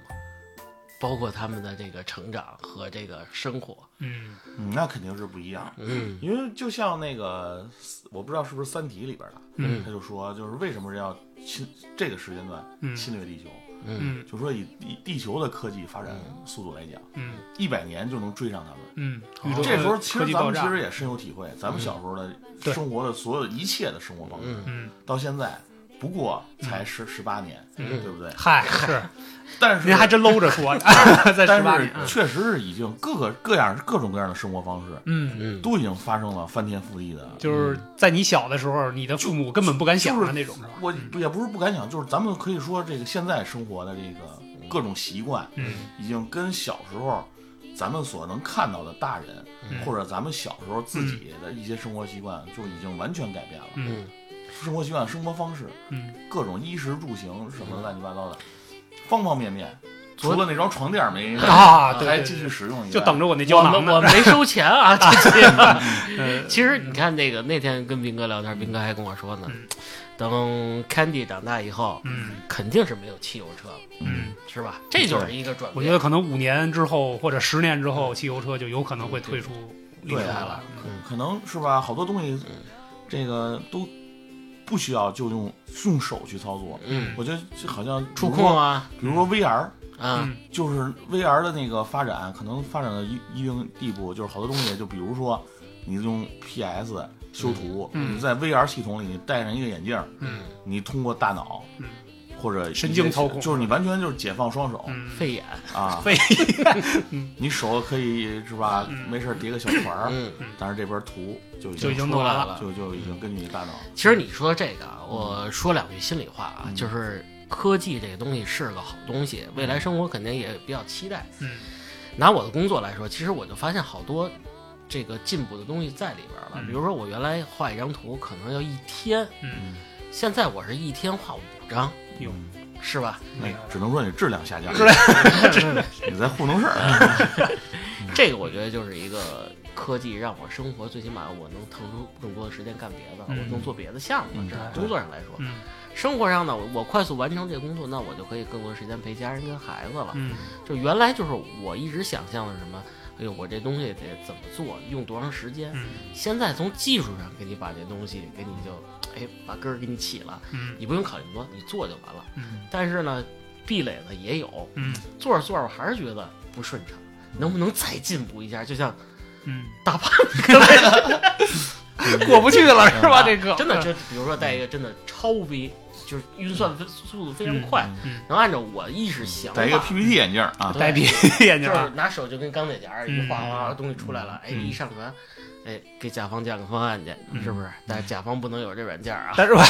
Speaker 1: 包括他们的这个成长和这个生活。
Speaker 3: 嗯，
Speaker 2: 嗯，那肯定是不一样。
Speaker 1: 嗯
Speaker 2: 因为就像那个，我不知道是不是《三体》里边的，
Speaker 3: 嗯
Speaker 2: 他就说，就是为什么要侵这个时间段
Speaker 3: 嗯
Speaker 2: 侵略地球？
Speaker 1: 嗯
Speaker 3: 嗯
Speaker 2: 就说以以地球的科技发展速度来讲，
Speaker 3: 嗯
Speaker 2: 一百年就能追上他们。
Speaker 3: 嗯，宇宙
Speaker 2: 这时候
Speaker 3: 的
Speaker 2: 其
Speaker 3: 科
Speaker 2: 实
Speaker 3: 技
Speaker 2: 咱
Speaker 3: 爆
Speaker 2: 们其
Speaker 3: 炸，嗯
Speaker 2: 实也深有体会，咱们小时候的
Speaker 3: 对
Speaker 2: 生活的所有一切的生活方式，
Speaker 1: 嗯，
Speaker 3: 嗯，
Speaker 2: 到现在不过才十十八年，
Speaker 3: 嗯
Speaker 2: 对不对？
Speaker 3: 嗨，是
Speaker 2: 但是
Speaker 3: 您还真搂着说， 在十八
Speaker 2: 但
Speaker 3: 年嗯啊
Speaker 2: 是，确实是已经各个各样各种各样的生活方式
Speaker 3: 嗯，
Speaker 1: 嗯，
Speaker 2: 都已经发生了翻天覆地的。
Speaker 3: 就是在你小的时候，你的父母根本不敢想的那种，是吧？
Speaker 2: 我也不是不敢想，就是咱们可以说这个现在生活的这个各种习惯，
Speaker 3: 嗯
Speaker 2: 已经跟小时候咱们所能看到的大人，
Speaker 3: 嗯
Speaker 2: 或者咱们小时候自己的一些生活习惯，就已经完全改变了。
Speaker 3: 嗯
Speaker 2: 生活习惯、生活方式，
Speaker 3: 嗯，
Speaker 2: 各种衣食住行什么乱七八糟的，方方面面，除
Speaker 1: 昨
Speaker 2: 了那张床垫没
Speaker 3: 啊，对
Speaker 2: 还
Speaker 3: 对
Speaker 2: 继续
Speaker 3: 对，
Speaker 2: 使用一，
Speaker 3: 就等着我那胶
Speaker 1: 我
Speaker 3: 囊
Speaker 1: 们
Speaker 3: 呢。
Speaker 1: 我没收钱 啊，这期。
Speaker 3: 呃
Speaker 1: 其实你看那个那天跟斌哥聊天，斌哥还跟我说呢
Speaker 3: 嗯，
Speaker 1: 等 Candy 长大以后，
Speaker 3: 嗯
Speaker 1: 肯定是没有汽油车了，
Speaker 3: 嗯，
Speaker 1: 是吧？这就是一个转
Speaker 3: 我觉
Speaker 1: 变。
Speaker 3: 得可能五年之后或者十年之后，汽油车就有可能会退出离开
Speaker 2: 对啊
Speaker 3: 了。
Speaker 2: 可能是吧？好多东西，
Speaker 3: 嗯
Speaker 2: 这个都不需要就用用手去操作。
Speaker 1: 嗯，
Speaker 2: 我觉得这好像
Speaker 1: 触控，啊
Speaker 2: 比如说 VR，
Speaker 1: 啊，
Speaker 3: 嗯
Speaker 2: 就是 VR 的那个发展，可能发展到一一定地步，就是好多东西，就比如说你用 PS 修图，
Speaker 3: 嗯
Speaker 2: 你在 VR 系统里你戴上一个眼镜，
Speaker 3: 嗯
Speaker 2: 你通过大脑，
Speaker 3: 嗯
Speaker 2: 或者一些
Speaker 3: 神经操控
Speaker 2: 就是你完全就是解放双手、
Speaker 3: 嗯，
Speaker 1: 肺炎，
Speaker 2: 啊，
Speaker 3: 费，
Speaker 2: 你手可以是吧？
Speaker 3: 嗯
Speaker 2: 没事儿叠个小团儿，
Speaker 1: 嗯，
Speaker 2: 但是这边图就已
Speaker 3: 就已
Speaker 2: 经
Speaker 3: 经弄完了。
Speaker 2: 就就已经根据你大脑，
Speaker 1: 其实你说这个啊，我说两句心里话
Speaker 3: 嗯
Speaker 1: 啊，就是科技这个东西是个好东西，未来生活肯定也比较期待。
Speaker 3: 嗯
Speaker 1: 拿我的工作来说，其实我就发现好多这个进步的东西在里边了。
Speaker 3: 嗯
Speaker 1: 比如说，我原来画一张图可能要一天，
Speaker 3: 嗯，
Speaker 1: 现在我是一天画五张，
Speaker 3: 哟，
Speaker 1: 是吧？
Speaker 2: 那
Speaker 3: 那个
Speaker 2: 只能说你质量下降，
Speaker 3: 嗯质量 嗯
Speaker 2: 你在糊弄事儿。
Speaker 1: 这个我觉得就是一个科技让我生活，最起码我能腾出更多的时间干别的，
Speaker 3: 嗯
Speaker 1: 我能做别的项目。
Speaker 2: 嗯
Speaker 1: 这是
Speaker 2: 对
Speaker 1: 工作上来说，
Speaker 3: 嗯
Speaker 1: 生活上呢，我我快速完成这个工作，那我就可以更多时间陪家人跟孩子了。
Speaker 3: 嗯
Speaker 1: 就原来就是我一直想象的是什么，哎呦，我这东西得怎么做，用多长时间。
Speaker 3: 嗯
Speaker 1: 现在从技术上给你把这东西给你就，哎，把根儿给你起了，
Speaker 3: 嗯
Speaker 1: 你不用考虑那么多，你做就完了。
Speaker 3: 嗯
Speaker 1: 但是呢，壁垒呢也有，
Speaker 3: 嗯
Speaker 1: 做着做着我还是觉得不顺畅，能不能再进步一下？就像
Speaker 3: 嗯，
Speaker 1: 大胖，
Speaker 3: 过不去了是吧？这个嗯
Speaker 1: 真的，这比如说带一个真的超逼，就是运算飞速度非常快，
Speaker 3: 嗯嗯
Speaker 1: 能按照我意识想
Speaker 2: 戴一个
Speaker 1: 法
Speaker 2: PPT 眼镜儿啊，
Speaker 3: 呆逼眼
Speaker 1: 就是
Speaker 3: 睛啊，
Speaker 1: 拿手就跟钢铁侠一画画画东西出来了，哎，
Speaker 3: 嗯
Speaker 1: 一上传，哎，给甲方建个方案去，是不是？但是甲方不能有这软件啊。
Speaker 3: 但是吧，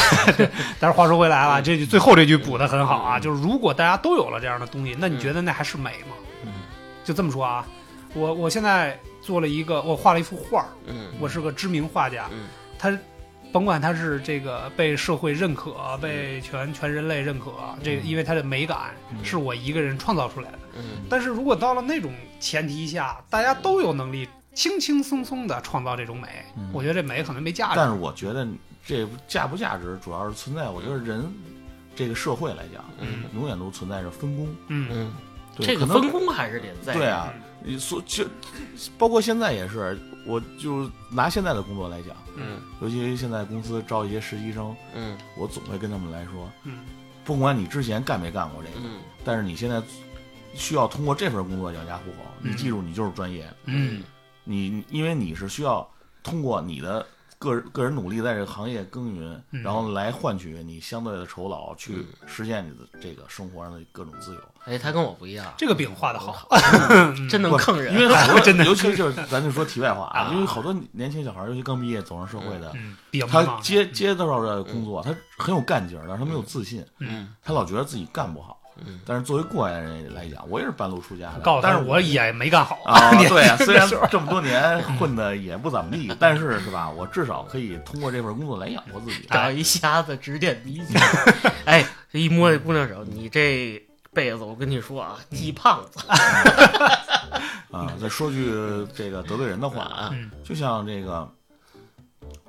Speaker 3: 但是话说回来了，这句最后这句补的很好啊，就是如果大家都有了这样的东西，那你觉得那还是美吗？
Speaker 2: 嗯，
Speaker 3: 就这么说啊，我我现在做了一个，我画了一幅画儿，
Speaker 1: 嗯
Speaker 3: 我是个知名画家，
Speaker 1: 嗯
Speaker 3: 他甭管他是这个被社会认可，被全全人类认可，这个因为他的美感
Speaker 2: 嗯
Speaker 3: 是我一个人创造出来的。
Speaker 1: 嗯
Speaker 3: 但是如果到了那种前提下，大家都有能力轻轻松松的创造这种美，
Speaker 2: 嗯
Speaker 3: 我觉得这美可能没价值。
Speaker 2: 但是我觉得这价不价值主要是存在，我觉得人这个社会来讲，
Speaker 1: 嗯
Speaker 2: 永远都存在着分工。
Speaker 3: 嗯
Speaker 1: 嗯，
Speaker 2: 对
Speaker 1: 这个
Speaker 2: 可能
Speaker 1: 分工还是得在。
Speaker 2: 对啊，你所就包括现在也是，我就拿现在的工作来讲，
Speaker 1: 嗯
Speaker 2: 尤其现在公司招一些实习生，
Speaker 1: 嗯
Speaker 2: 我总会跟他们来说，
Speaker 3: 嗯
Speaker 2: 不管你之前干没干过这个，
Speaker 1: 嗯
Speaker 2: 但是你现在需要通过这份工作养家糊口。
Speaker 3: 嗯
Speaker 2: 你记住，你就是专业，
Speaker 3: 嗯
Speaker 2: 你因为你是需要通过你的个人个人努力在这个行业耕耘，
Speaker 3: 嗯
Speaker 2: 然后来换取你相对的酬劳，去实现你的这个生活上的各种 自由。
Speaker 1: 哎，他跟我不一样，嗯
Speaker 3: 这个饼画的好，
Speaker 1: 真能坑
Speaker 2: 因为
Speaker 1: 人。
Speaker 2: 好多
Speaker 3: 真的
Speaker 2: 尤其就是咱就说题外话
Speaker 1: 啊
Speaker 2: 啊，因为好多年轻小孩，尤其刚毕业走上社会的，
Speaker 3: 嗯，饼
Speaker 2: 他
Speaker 3: 嘛，
Speaker 2: 接接到这工作，他很有干劲儿，但是他没有自信，
Speaker 1: 嗯
Speaker 2: 他老觉得自己干不好。
Speaker 1: 嗯
Speaker 2: 但是作为过来人来讲，我也是半路出家的，
Speaker 3: 告诉
Speaker 2: 但
Speaker 3: 他
Speaker 2: 是
Speaker 3: 我也没干好
Speaker 2: 啊，
Speaker 3: 你
Speaker 2: 对啊，虽然
Speaker 3: 是
Speaker 2: 这么多年混的也不怎么地，但是是吧，我至少可以通过这份工作来养活 自己。
Speaker 1: 找一瞎子指点迷津。 哎，这一摸这姑娘手，你这辈子我跟你说啊，鸡胖子。
Speaker 2: 啊，再说句这个得罪人的话
Speaker 1: 啊，
Speaker 3: 嗯
Speaker 2: 就像这个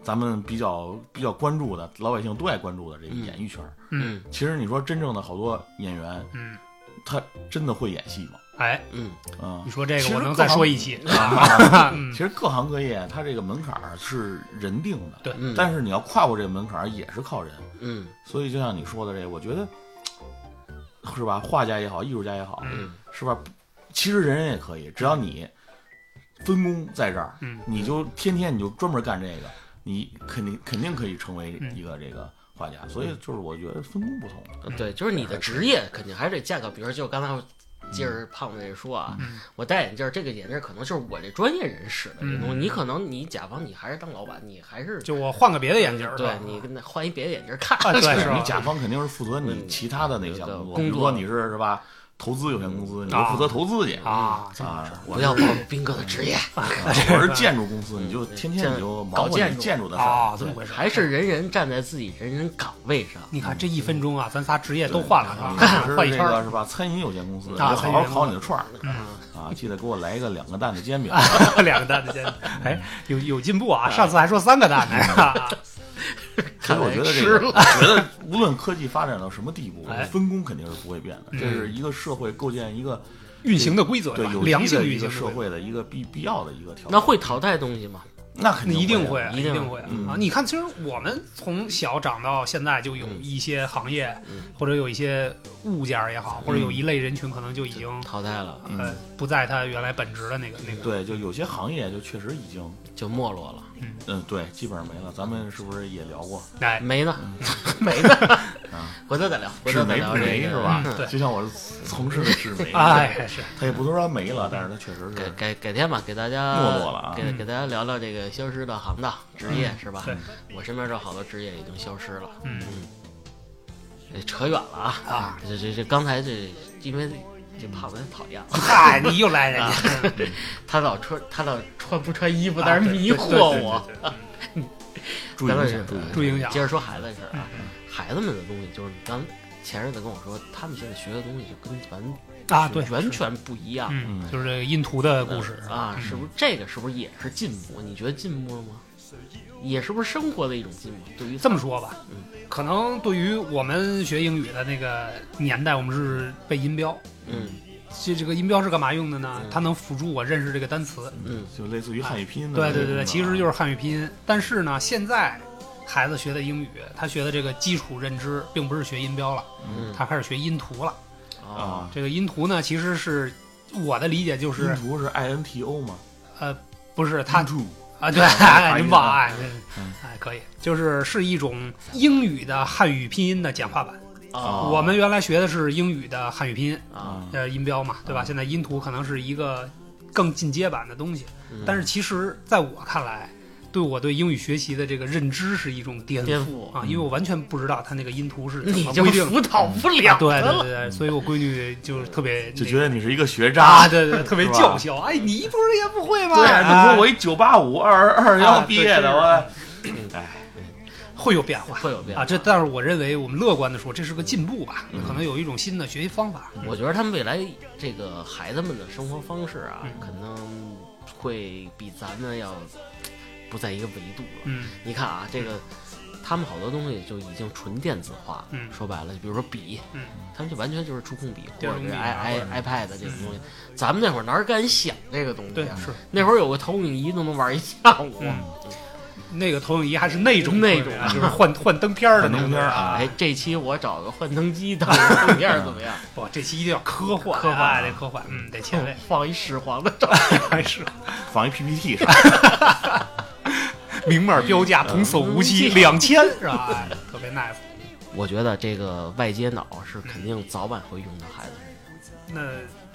Speaker 2: 咱们比较比较关注的老百姓都爱关注的这个演艺圈儿，
Speaker 3: 嗯
Speaker 1: 嗯
Speaker 2: 其实你说真正的好多演员，
Speaker 3: 嗯
Speaker 2: 他真的会演戏吗？
Speaker 3: 哎，
Speaker 1: 嗯，
Speaker 2: 嗯
Speaker 3: 你，说这
Speaker 2: 其
Speaker 3: 个
Speaker 2: 实
Speaker 3: 我能再说一期，
Speaker 2: 啊
Speaker 3: 嗯
Speaker 2: 其实各行各业它这个门槛儿是人定的，
Speaker 3: 对
Speaker 1: 嗯
Speaker 2: 但是你要跨过这个门槛儿也是靠人。
Speaker 1: 嗯
Speaker 2: 所以就像你说的这个，我觉得是吧？画家也好，艺术家也好，
Speaker 3: 嗯
Speaker 2: 是吧？其实人人也可以，只要你分工在这儿，
Speaker 3: 嗯
Speaker 2: 你就天天你就专门干这个，你肯定肯定可以成为
Speaker 3: 嗯
Speaker 2: 一个这个画家。所以就是我觉得分工不同，
Speaker 1: 呃对，就是你的职业肯定还是得架个，比如就刚才我接着胖子这说啊，
Speaker 3: 嗯
Speaker 1: 我戴眼镜儿，这个眼镜儿可能就是我这专业人使的这东西，
Speaker 3: 嗯
Speaker 1: 你可能你甲方你还是当老板，你还是
Speaker 3: 就我换个别的眼镜儿，
Speaker 1: 对
Speaker 3: 是吧
Speaker 1: 你跟他换一别的眼镜儿看，
Speaker 3: 啊对是吧
Speaker 2: 你甲方肯定是负责你
Speaker 1: 嗯
Speaker 2: 其他的那项工
Speaker 1: 工
Speaker 2: 作，
Speaker 1: 作
Speaker 2: 比如说你是是吧？投资有限公司，你就
Speaker 3: 啊
Speaker 2: 负责投资去
Speaker 3: 啊，这
Speaker 2: 啊！我
Speaker 1: 不要暴露斌哥的职业，
Speaker 2: 我是建筑公司，你就天
Speaker 1: 嗯
Speaker 2: 天
Speaker 1: 建
Speaker 2: 你就
Speaker 1: 搞
Speaker 2: 忙活
Speaker 1: 建
Speaker 2: 你
Speaker 1: 筑
Speaker 2: 建筑的事
Speaker 3: 啊
Speaker 2: 儿，，
Speaker 3: 这么回事？
Speaker 1: 还是人人站在自己人人岗位上。
Speaker 3: 你看这一分钟啊，咱仨职业都换了
Speaker 2: 啊你
Speaker 3: 是 吧？
Speaker 2: 是
Speaker 3: 换一
Speaker 2: 这
Speaker 3: 圈
Speaker 2: 个
Speaker 3: 儿，
Speaker 2: 是吧？餐饮有限公司，你就
Speaker 3: 啊
Speaker 2: 好好烤你的串儿
Speaker 3: 嗯
Speaker 2: 啊！记得给我来一个两个蛋的 煎饼。
Speaker 3: 两个蛋的煎饼，哎，有有进步啊！上次还说三个啊蛋呢，是吧？
Speaker 2: 其实我觉得这 个，我觉得无论科技发展到什么地步
Speaker 3: 哎，
Speaker 2: 分工肯定是不会变的。
Speaker 3: 嗯
Speaker 2: 这是一个社会构建一个
Speaker 3: 运行的规则，
Speaker 2: 对
Speaker 3: 是吧
Speaker 2: 有
Speaker 3: 良
Speaker 2: 机
Speaker 3: 性
Speaker 2: 的
Speaker 3: 的运
Speaker 2: 一个
Speaker 3: 行
Speaker 2: 社
Speaker 3: 规则，
Speaker 2: 会的一个必必要的一个条件。
Speaker 1: 那会淘汰东西吗？
Speaker 2: 那肯
Speaker 3: 你一定
Speaker 2: 会
Speaker 3: 会
Speaker 2: 啊，，
Speaker 1: 一定
Speaker 3: 定会
Speaker 2: 嗯
Speaker 3: 啊！你看，其实我们从小长到现在，就有
Speaker 1: 嗯
Speaker 3: 一些行业
Speaker 1: 嗯
Speaker 3: 或者有一些物件儿也好，或者有一类人群，可能就已经
Speaker 1: 淘汰了
Speaker 2: 嗯
Speaker 3: 呃不在他原来本职的那个那
Speaker 2: 啊
Speaker 3: 个。
Speaker 2: 对，就有些行业就确实已经，
Speaker 1: 就没落了，
Speaker 2: 嗯，对，基本上没了。咱们是不是也聊过？
Speaker 3: 哎，
Speaker 1: 没呢，没呢， 回头再聊，回头
Speaker 2: 纸
Speaker 1: 再
Speaker 2: 媒
Speaker 1: 聊
Speaker 2: 纸
Speaker 1: 这
Speaker 2: 媒
Speaker 1: 个
Speaker 2: 是吧
Speaker 1: 嗯？
Speaker 3: 对
Speaker 2: 就像我从事的纸媒，
Speaker 3: 哎是
Speaker 2: 它也不能说它没了，但是它确实
Speaker 1: 改
Speaker 2: 是
Speaker 3: 嗯
Speaker 1: 改改天吧，给大家
Speaker 2: 没落了啊
Speaker 1: 给给大家聊聊这个消失的行当
Speaker 3: 嗯
Speaker 1: 职业是吧
Speaker 3: 对？
Speaker 1: 我身边这好多职业已经消失了，
Speaker 3: 嗯
Speaker 1: 哎扯远了啊
Speaker 3: 啊！
Speaker 1: 这这这刚才这因为这胖子太讨厌了，
Speaker 3: 嗨，你又来人家，
Speaker 1: 他老穿他老穿不穿衣服，
Speaker 3: 啊
Speaker 1: 在那儿
Speaker 3: 对
Speaker 1: 迷
Speaker 3: 对对
Speaker 1: 惑
Speaker 3: 对
Speaker 1: 我。
Speaker 3: 对对对
Speaker 2: 注意
Speaker 1: 咱
Speaker 2: 影
Speaker 1: 们
Speaker 2: 响，注意影响
Speaker 3: 注意嗯影响
Speaker 1: 接着说孩子的事儿啊，孩子们的东西就是你刚前日子跟我说，他们现在学的东西就跟咱
Speaker 3: 对啊，对，
Speaker 1: 完全不一样。
Speaker 3: 嗯，
Speaker 2: 嗯
Speaker 3: 就是这个印图的故事嗯
Speaker 1: 啊，是不是这个是不是也是进步？你觉得进步了吗？也是不是生活的一种进步？对于
Speaker 3: 这么说吧
Speaker 1: 嗯，
Speaker 3: 可能对于我们学英语的那个年代，我们是背音标。
Speaker 1: 嗯
Speaker 3: 这这个音标是干嘛用的呢
Speaker 1: 嗯？
Speaker 3: 它能辅助我认识这个单词。
Speaker 1: 嗯
Speaker 2: 就类似于汉语拼音的那种的
Speaker 3: 对
Speaker 2: 啊。
Speaker 3: 对对对，其实就是汉语拼音。但是呢，现在孩子学的英语，他学的这个基础认知，并不是学音标了，
Speaker 1: 嗯
Speaker 3: 他开始学音图了。
Speaker 1: 啊
Speaker 2: 啊，
Speaker 3: 这个音图呢，其实是我的理解就
Speaker 2: 拼
Speaker 3: 是，
Speaker 2: 图是 I N T O 嘛，
Speaker 3: 呃，不是嗯他
Speaker 2: 图
Speaker 3: 啊，对
Speaker 2: 发，音
Speaker 3: 您棒
Speaker 2: 啊
Speaker 3: 哎
Speaker 2: 嗯，
Speaker 3: 哎，可以，就是是一种英语的汉语拼音的简化版。
Speaker 1: 啊
Speaker 3: 我们原来学的是英语的汉语拼音，
Speaker 1: 啊！
Speaker 3: 呃，音标嘛，对吧？现在音图可能是一个更进阶版的东西，
Speaker 1: 嗯
Speaker 3: 但是其实在我看来，对我对英语学习的这个认知是一种颠
Speaker 1: 颠
Speaker 3: 覆
Speaker 1: 覆
Speaker 3: 啊，因为我完全不知道它那个音图是怎
Speaker 1: 你
Speaker 3: 么
Speaker 1: 就
Speaker 3: 规啊定的。
Speaker 1: 辅导不了
Speaker 3: 啊
Speaker 1: 嗯
Speaker 3: 对
Speaker 1: 他
Speaker 3: 对
Speaker 1: 了。
Speaker 3: 对对，所以我闺女就是特别
Speaker 2: 就
Speaker 3: 那
Speaker 2: 觉得你是一个学
Speaker 3: 个
Speaker 2: 渣
Speaker 3: 啊，。对对，对特别
Speaker 2: 是吧
Speaker 3: 叫嚣。哎，你不是也不会吗？
Speaker 2: 对，啊你
Speaker 3: 哎
Speaker 2: 说我一九八五二二幺
Speaker 3: 啊
Speaker 2: 毕业的，我
Speaker 3: 会有变化
Speaker 1: 会有变化
Speaker 3: 啊。这但是我认为，我们乐观的说，这是个进步吧，可能有一种新的学习方法。
Speaker 1: 我觉得他们未来这个孩子们的生活方式啊，
Speaker 3: 嗯
Speaker 1: 可能会比咱们要不在一个维度了。
Speaker 3: 嗯
Speaker 1: 你看啊，这个他们好多东西就已经纯电子化了。
Speaker 3: 嗯
Speaker 1: 说白了，比如说笔，
Speaker 3: 嗯
Speaker 1: 他们就完全就是触控笔或
Speaker 3: 电
Speaker 1: 者
Speaker 3: 容笔
Speaker 1: 是
Speaker 3: 啊
Speaker 1: i
Speaker 3: 或者
Speaker 1: i iPad 这种东西。咱们那会儿哪敢想这个东西
Speaker 3: 对
Speaker 1: 啊？
Speaker 3: 是
Speaker 1: 那会儿有个投影仪都能玩一下午。啊
Speaker 3: 嗯，那个投影仪还是那种
Speaker 1: 那
Speaker 3: 投影仪啊
Speaker 1: 种
Speaker 3: 就是换换灯片儿的那
Speaker 2: 换灯
Speaker 3: 种
Speaker 2: 片儿啊
Speaker 1: 哎，这期我找个幻灯机当 个封面怎么样？
Speaker 3: 哇，这期一定要科幻，
Speaker 1: 科幻啊，
Speaker 3: 哎得科幻，嗯，得前卫
Speaker 1: 放一屎黄的照
Speaker 3: 还是
Speaker 2: 放一 PPT 上，
Speaker 3: 明码标价，童叟无欺，两 千是吧？哎嗯特别 nice。
Speaker 1: 我觉得这个外接脑是肯定早晚会用到孩子身
Speaker 3: 那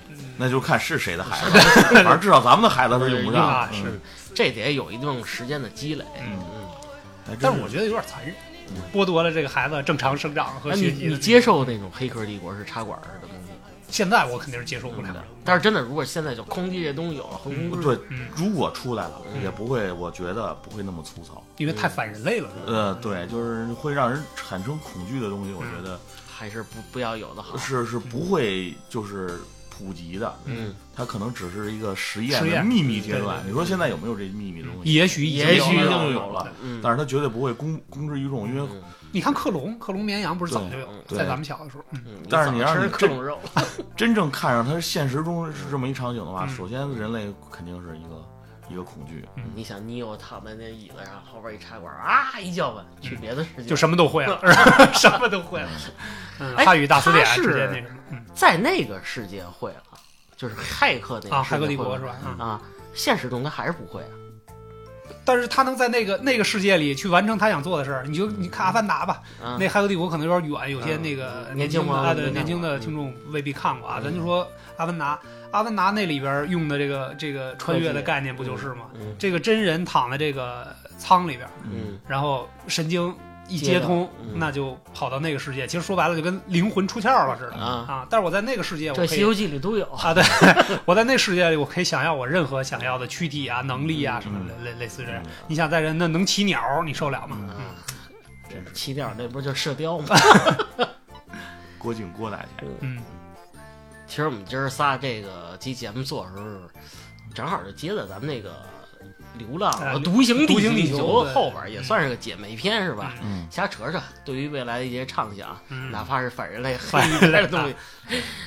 Speaker 3: 嗯
Speaker 2: 那就看是谁的 孩子，反正至少咱们的孩子是用不
Speaker 1: 对用
Speaker 2: 上
Speaker 3: 啊
Speaker 2: 嗯
Speaker 3: 是，
Speaker 1: 上，这得有一定时间的积累。
Speaker 2: 嗯
Speaker 1: 嗯，
Speaker 2: 还真
Speaker 3: 但是我觉得有点残忍，剥夺了这个孩子正常生长和
Speaker 1: 那
Speaker 3: 学
Speaker 1: 哎你
Speaker 3: 习的
Speaker 1: 你
Speaker 3: 那
Speaker 1: 接受那种黑客帝国是插管似的东西吗？
Speaker 3: 现在我肯定是接受不了。
Speaker 1: 但是真的，如果现在就空地这东西有了横空
Speaker 2: 对
Speaker 1: 之，
Speaker 3: 嗯，
Speaker 2: 如果出来了，也不会，我觉得不会那么粗糙。
Speaker 3: 因为太反人类了，是吧
Speaker 2: 呃，对，就是会让人产生恐惧的东西，我觉得
Speaker 1: 还是不不要有
Speaker 3: 嗯
Speaker 1: 的好。
Speaker 2: 是是不会就是普及的，
Speaker 1: 嗯，
Speaker 2: 它可能只是一个实验
Speaker 3: 实
Speaker 2: 的
Speaker 3: 验
Speaker 2: 秘密阶段。
Speaker 3: 对对
Speaker 2: 你说现在有没有这秘密的东
Speaker 1: 东西。
Speaker 3: 也许已经
Speaker 1: 也
Speaker 2: 已
Speaker 1: 许
Speaker 2: 经
Speaker 3: 有
Speaker 1: 有
Speaker 3: 了
Speaker 2: 就有了，
Speaker 1: 嗯，
Speaker 2: 但是他绝对不会公公之于众，因为
Speaker 1: 嗯
Speaker 3: 你看克隆，克隆绵羊不是早就有了，
Speaker 2: 对
Speaker 3: 在咱们小的时候，嗯
Speaker 1: 嗯
Speaker 2: 但是你让
Speaker 1: 早吃
Speaker 2: 你
Speaker 1: 克隆肉，
Speaker 2: 真正看上他现实中是这么一场景的话，
Speaker 3: 嗯
Speaker 2: 首先人类肯定是一个一个恐惧，
Speaker 1: 你想你我躺在那椅子上，后边一插管啊一叫唤，去别的世界
Speaker 3: 嗯就什么都会了， 是吧什么都会了。嗯，
Speaker 1: 哎
Speaker 3: 汉语大词典
Speaker 1: 他是
Speaker 3: 直接那个，嗯
Speaker 1: 在那个世界会了，就是骇客那
Speaker 3: 啊，
Speaker 1: 个世界会了
Speaker 3: 骇客帝国是吧？嗯，
Speaker 1: 啊，现实中他还是不会啊。
Speaker 3: 但是他能在那个那个世界里去完成他想做的事儿，你就你看《阿凡达》吧，
Speaker 1: 啊
Speaker 3: 那《骇客帝国》可能有点远，有些
Speaker 1: 嗯
Speaker 3: 那个
Speaker 1: 嗯
Speaker 3: 年
Speaker 1: 年轻
Speaker 3: 轻的
Speaker 1: 朋友
Speaker 3: 啊
Speaker 1: 没
Speaker 3: 对
Speaker 1: 看
Speaker 3: 年轻
Speaker 1: 过嗯
Speaker 3: 的听众未必看过啊，咱就
Speaker 1: 嗯
Speaker 3: 说《阿凡达》，《阿凡达》那里边用的这个这个穿越
Speaker 1: 科
Speaker 3: 的
Speaker 1: 技
Speaker 3: 概念不就是吗？
Speaker 1: 嗯
Speaker 3: 这个真人躺在这个舱里边，
Speaker 1: 嗯，
Speaker 3: 然后神经一
Speaker 1: 接
Speaker 3: 接
Speaker 1: 了
Speaker 3: 通，
Speaker 1: 嗯
Speaker 3: 那就跑到那个世界。其实说白了，就跟灵魂出窍了似的
Speaker 1: 啊
Speaker 3: 但是我在那个世界，
Speaker 1: 这
Speaker 3: 嗯我
Speaker 1: 《
Speaker 3: 可
Speaker 1: 西
Speaker 3: 以
Speaker 1: 游记》里都有。
Speaker 3: 啊，对，我在那世界里，我可以想要我任何想要的躯体啊、能力啊什么的，类类似这
Speaker 2: 嗯
Speaker 3: 样。你想在人那能骑鸟，你受了吗？嗯
Speaker 1: 啊，
Speaker 2: 真是
Speaker 1: 起点那不就射雕吗？
Speaker 2: 郭靖郭大爷，
Speaker 3: 嗯，
Speaker 1: 其实我们今儿仨这个期节目做的时候，正好就接在咱们那个《流浪
Speaker 3: 啊流
Speaker 1: 独行
Speaker 3: 独行地
Speaker 1: 地
Speaker 3: 球对
Speaker 1: 后边儿，也算是个姐妹篇是吧？
Speaker 2: 嗯，
Speaker 1: 瞎扯扯，对于未来的一些畅想，
Speaker 3: 嗯
Speaker 1: 哪怕是反人类、黑
Speaker 3: 反
Speaker 1: 一
Speaker 3: 人类啊
Speaker 1: 类的东西，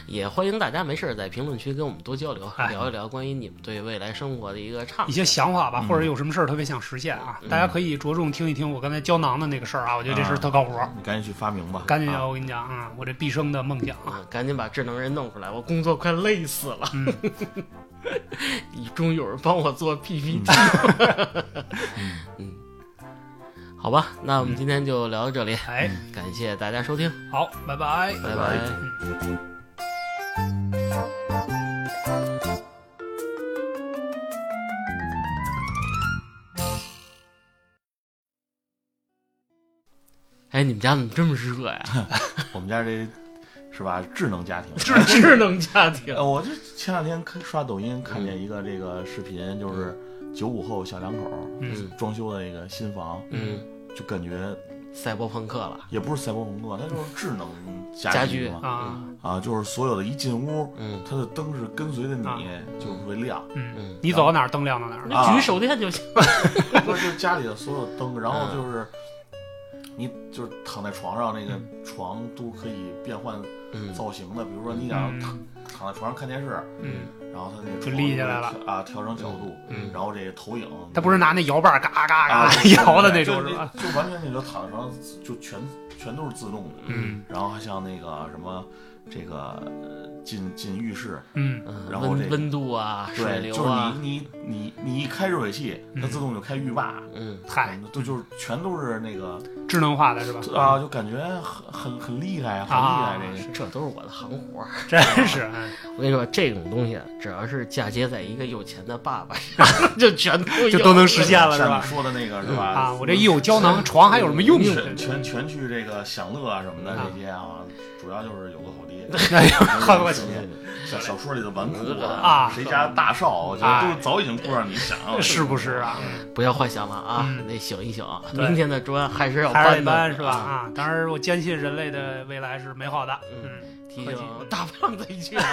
Speaker 1: 也欢迎大家没事儿在评论区跟我们多交流，
Speaker 3: 哎
Speaker 1: 聊一聊关于你们对未来生活的一个畅
Speaker 3: 一些想法吧，
Speaker 2: 嗯
Speaker 3: 或者有什么事儿特别想实现啊，大家可以着重听一听我刚才胶囊的那个事儿啊，我觉得这事儿特靠谱，
Speaker 2: 你赶紧去发明吧，
Speaker 3: 赶紧
Speaker 2: 啊
Speaker 3: 要我跟你讲啊，我这毕生的梦想啊，
Speaker 1: 啊！赶紧把智能人弄出来，我工作快累死了。
Speaker 3: 嗯
Speaker 1: 你终于有人帮我做 PPT 嗯，好吧，那我们今天就聊到这里，
Speaker 3: 哎，
Speaker 1: 感谢大家收听，
Speaker 3: 好，拜拜。
Speaker 1: 拜
Speaker 2: 拜
Speaker 1: 拜哎，你们家怎么这么热呀？
Speaker 2: 我们家这是吧，智能家庭。
Speaker 1: 智智能家庭
Speaker 2: 呃，我这前两天看刷抖音看
Speaker 1: 嗯
Speaker 2: 见一个这个视频，就是九五后小两口
Speaker 3: 嗯
Speaker 2: 装修的一个新房，
Speaker 1: 嗯，
Speaker 2: 就感觉
Speaker 1: 赛博朋克了，
Speaker 2: 也不是赛博朋克，它就是智能
Speaker 1: 家
Speaker 2: 居
Speaker 1: 居
Speaker 2: 嘛
Speaker 3: 啊，
Speaker 2: 啊，就是所有的一进屋，
Speaker 1: 嗯
Speaker 2: 它的灯是跟随着你
Speaker 3: 啊
Speaker 2: 就会亮，
Speaker 3: 嗯，
Speaker 1: 嗯，
Speaker 3: 你走到哪儿灯亮到哪儿。
Speaker 1: 那举手电就行。
Speaker 2: 不是家里的所有灯，然后
Speaker 3: 嗯
Speaker 2: 就是你就是躺在床上，那个
Speaker 3: 嗯
Speaker 2: 床都可以变换
Speaker 1: 嗯
Speaker 2: 造型的，比如说你想躺躺在床上看电视，
Speaker 3: 嗯，
Speaker 2: 然后它那个
Speaker 3: 就
Speaker 2: 床
Speaker 3: 立下来了
Speaker 2: 调啊，调整角度，
Speaker 1: 嗯
Speaker 2: 然后这个投影，
Speaker 3: 他不是拿那摇把儿嘎嘎
Speaker 2: 啊
Speaker 3: 嘎摇的那
Speaker 2: 就
Speaker 3: 种是吧？
Speaker 2: 就完全你就躺在床上就全全都是自动的，
Speaker 3: 嗯
Speaker 2: 然后还像那个什么这个呃进进浴室，
Speaker 3: 嗯
Speaker 1: 嗯
Speaker 2: 然后这
Speaker 1: 温
Speaker 2: 个
Speaker 1: 温度啊，水
Speaker 2: 对，
Speaker 1: 流
Speaker 2: 就是
Speaker 1: 啊，
Speaker 2: 你你你你一开热水器，它自动就开浴霸。
Speaker 1: 嗯，
Speaker 3: 嗨，
Speaker 2: 都就是全都是那个
Speaker 3: 智能化的是吧？
Speaker 2: 啊，就感觉很很很厉害，很
Speaker 3: 啊
Speaker 2: 厉害这个。
Speaker 1: 这都是我的行活儿。
Speaker 3: 真是，哎
Speaker 1: 我跟你说，这种东西啊只要是嫁接在一个有钱的爸爸上， 就全都有
Speaker 3: 就都能实现了是
Speaker 2: 像你
Speaker 3: 吧？
Speaker 2: 说的那个是吧？
Speaker 3: 啊，我这一有胶囊，床还有什么用呢？
Speaker 2: 全全全去这个享乐啊什么的这些啊，主要就是有个好爹。
Speaker 3: 哎呀， 好 我去，
Speaker 2: 小小说里的纨绔
Speaker 3: 啊
Speaker 2: 谁家大少，我觉得都是早已经顾上你想了，
Speaker 3: 是不是啊？
Speaker 1: 不要幻想了啊！
Speaker 3: 嗯
Speaker 1: 得醒一醒啊，
Speaker 3: 对
Speaker 1: 明天的砖还是要
Speaker 3: 还是
Speaker 1: 搬的，
Speaker 3: 得搬是吧？？啊，当然我坚信人类的未来是美好的。嗯，
Speaker 1: 提
Speaker 3: 客
Speaker 1: 醒
Speaker 3: 气
Speaker 1: 大胖子一句啊，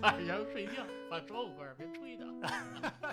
Speaker 1: 晚上睡觉把窗户关上，别吹它。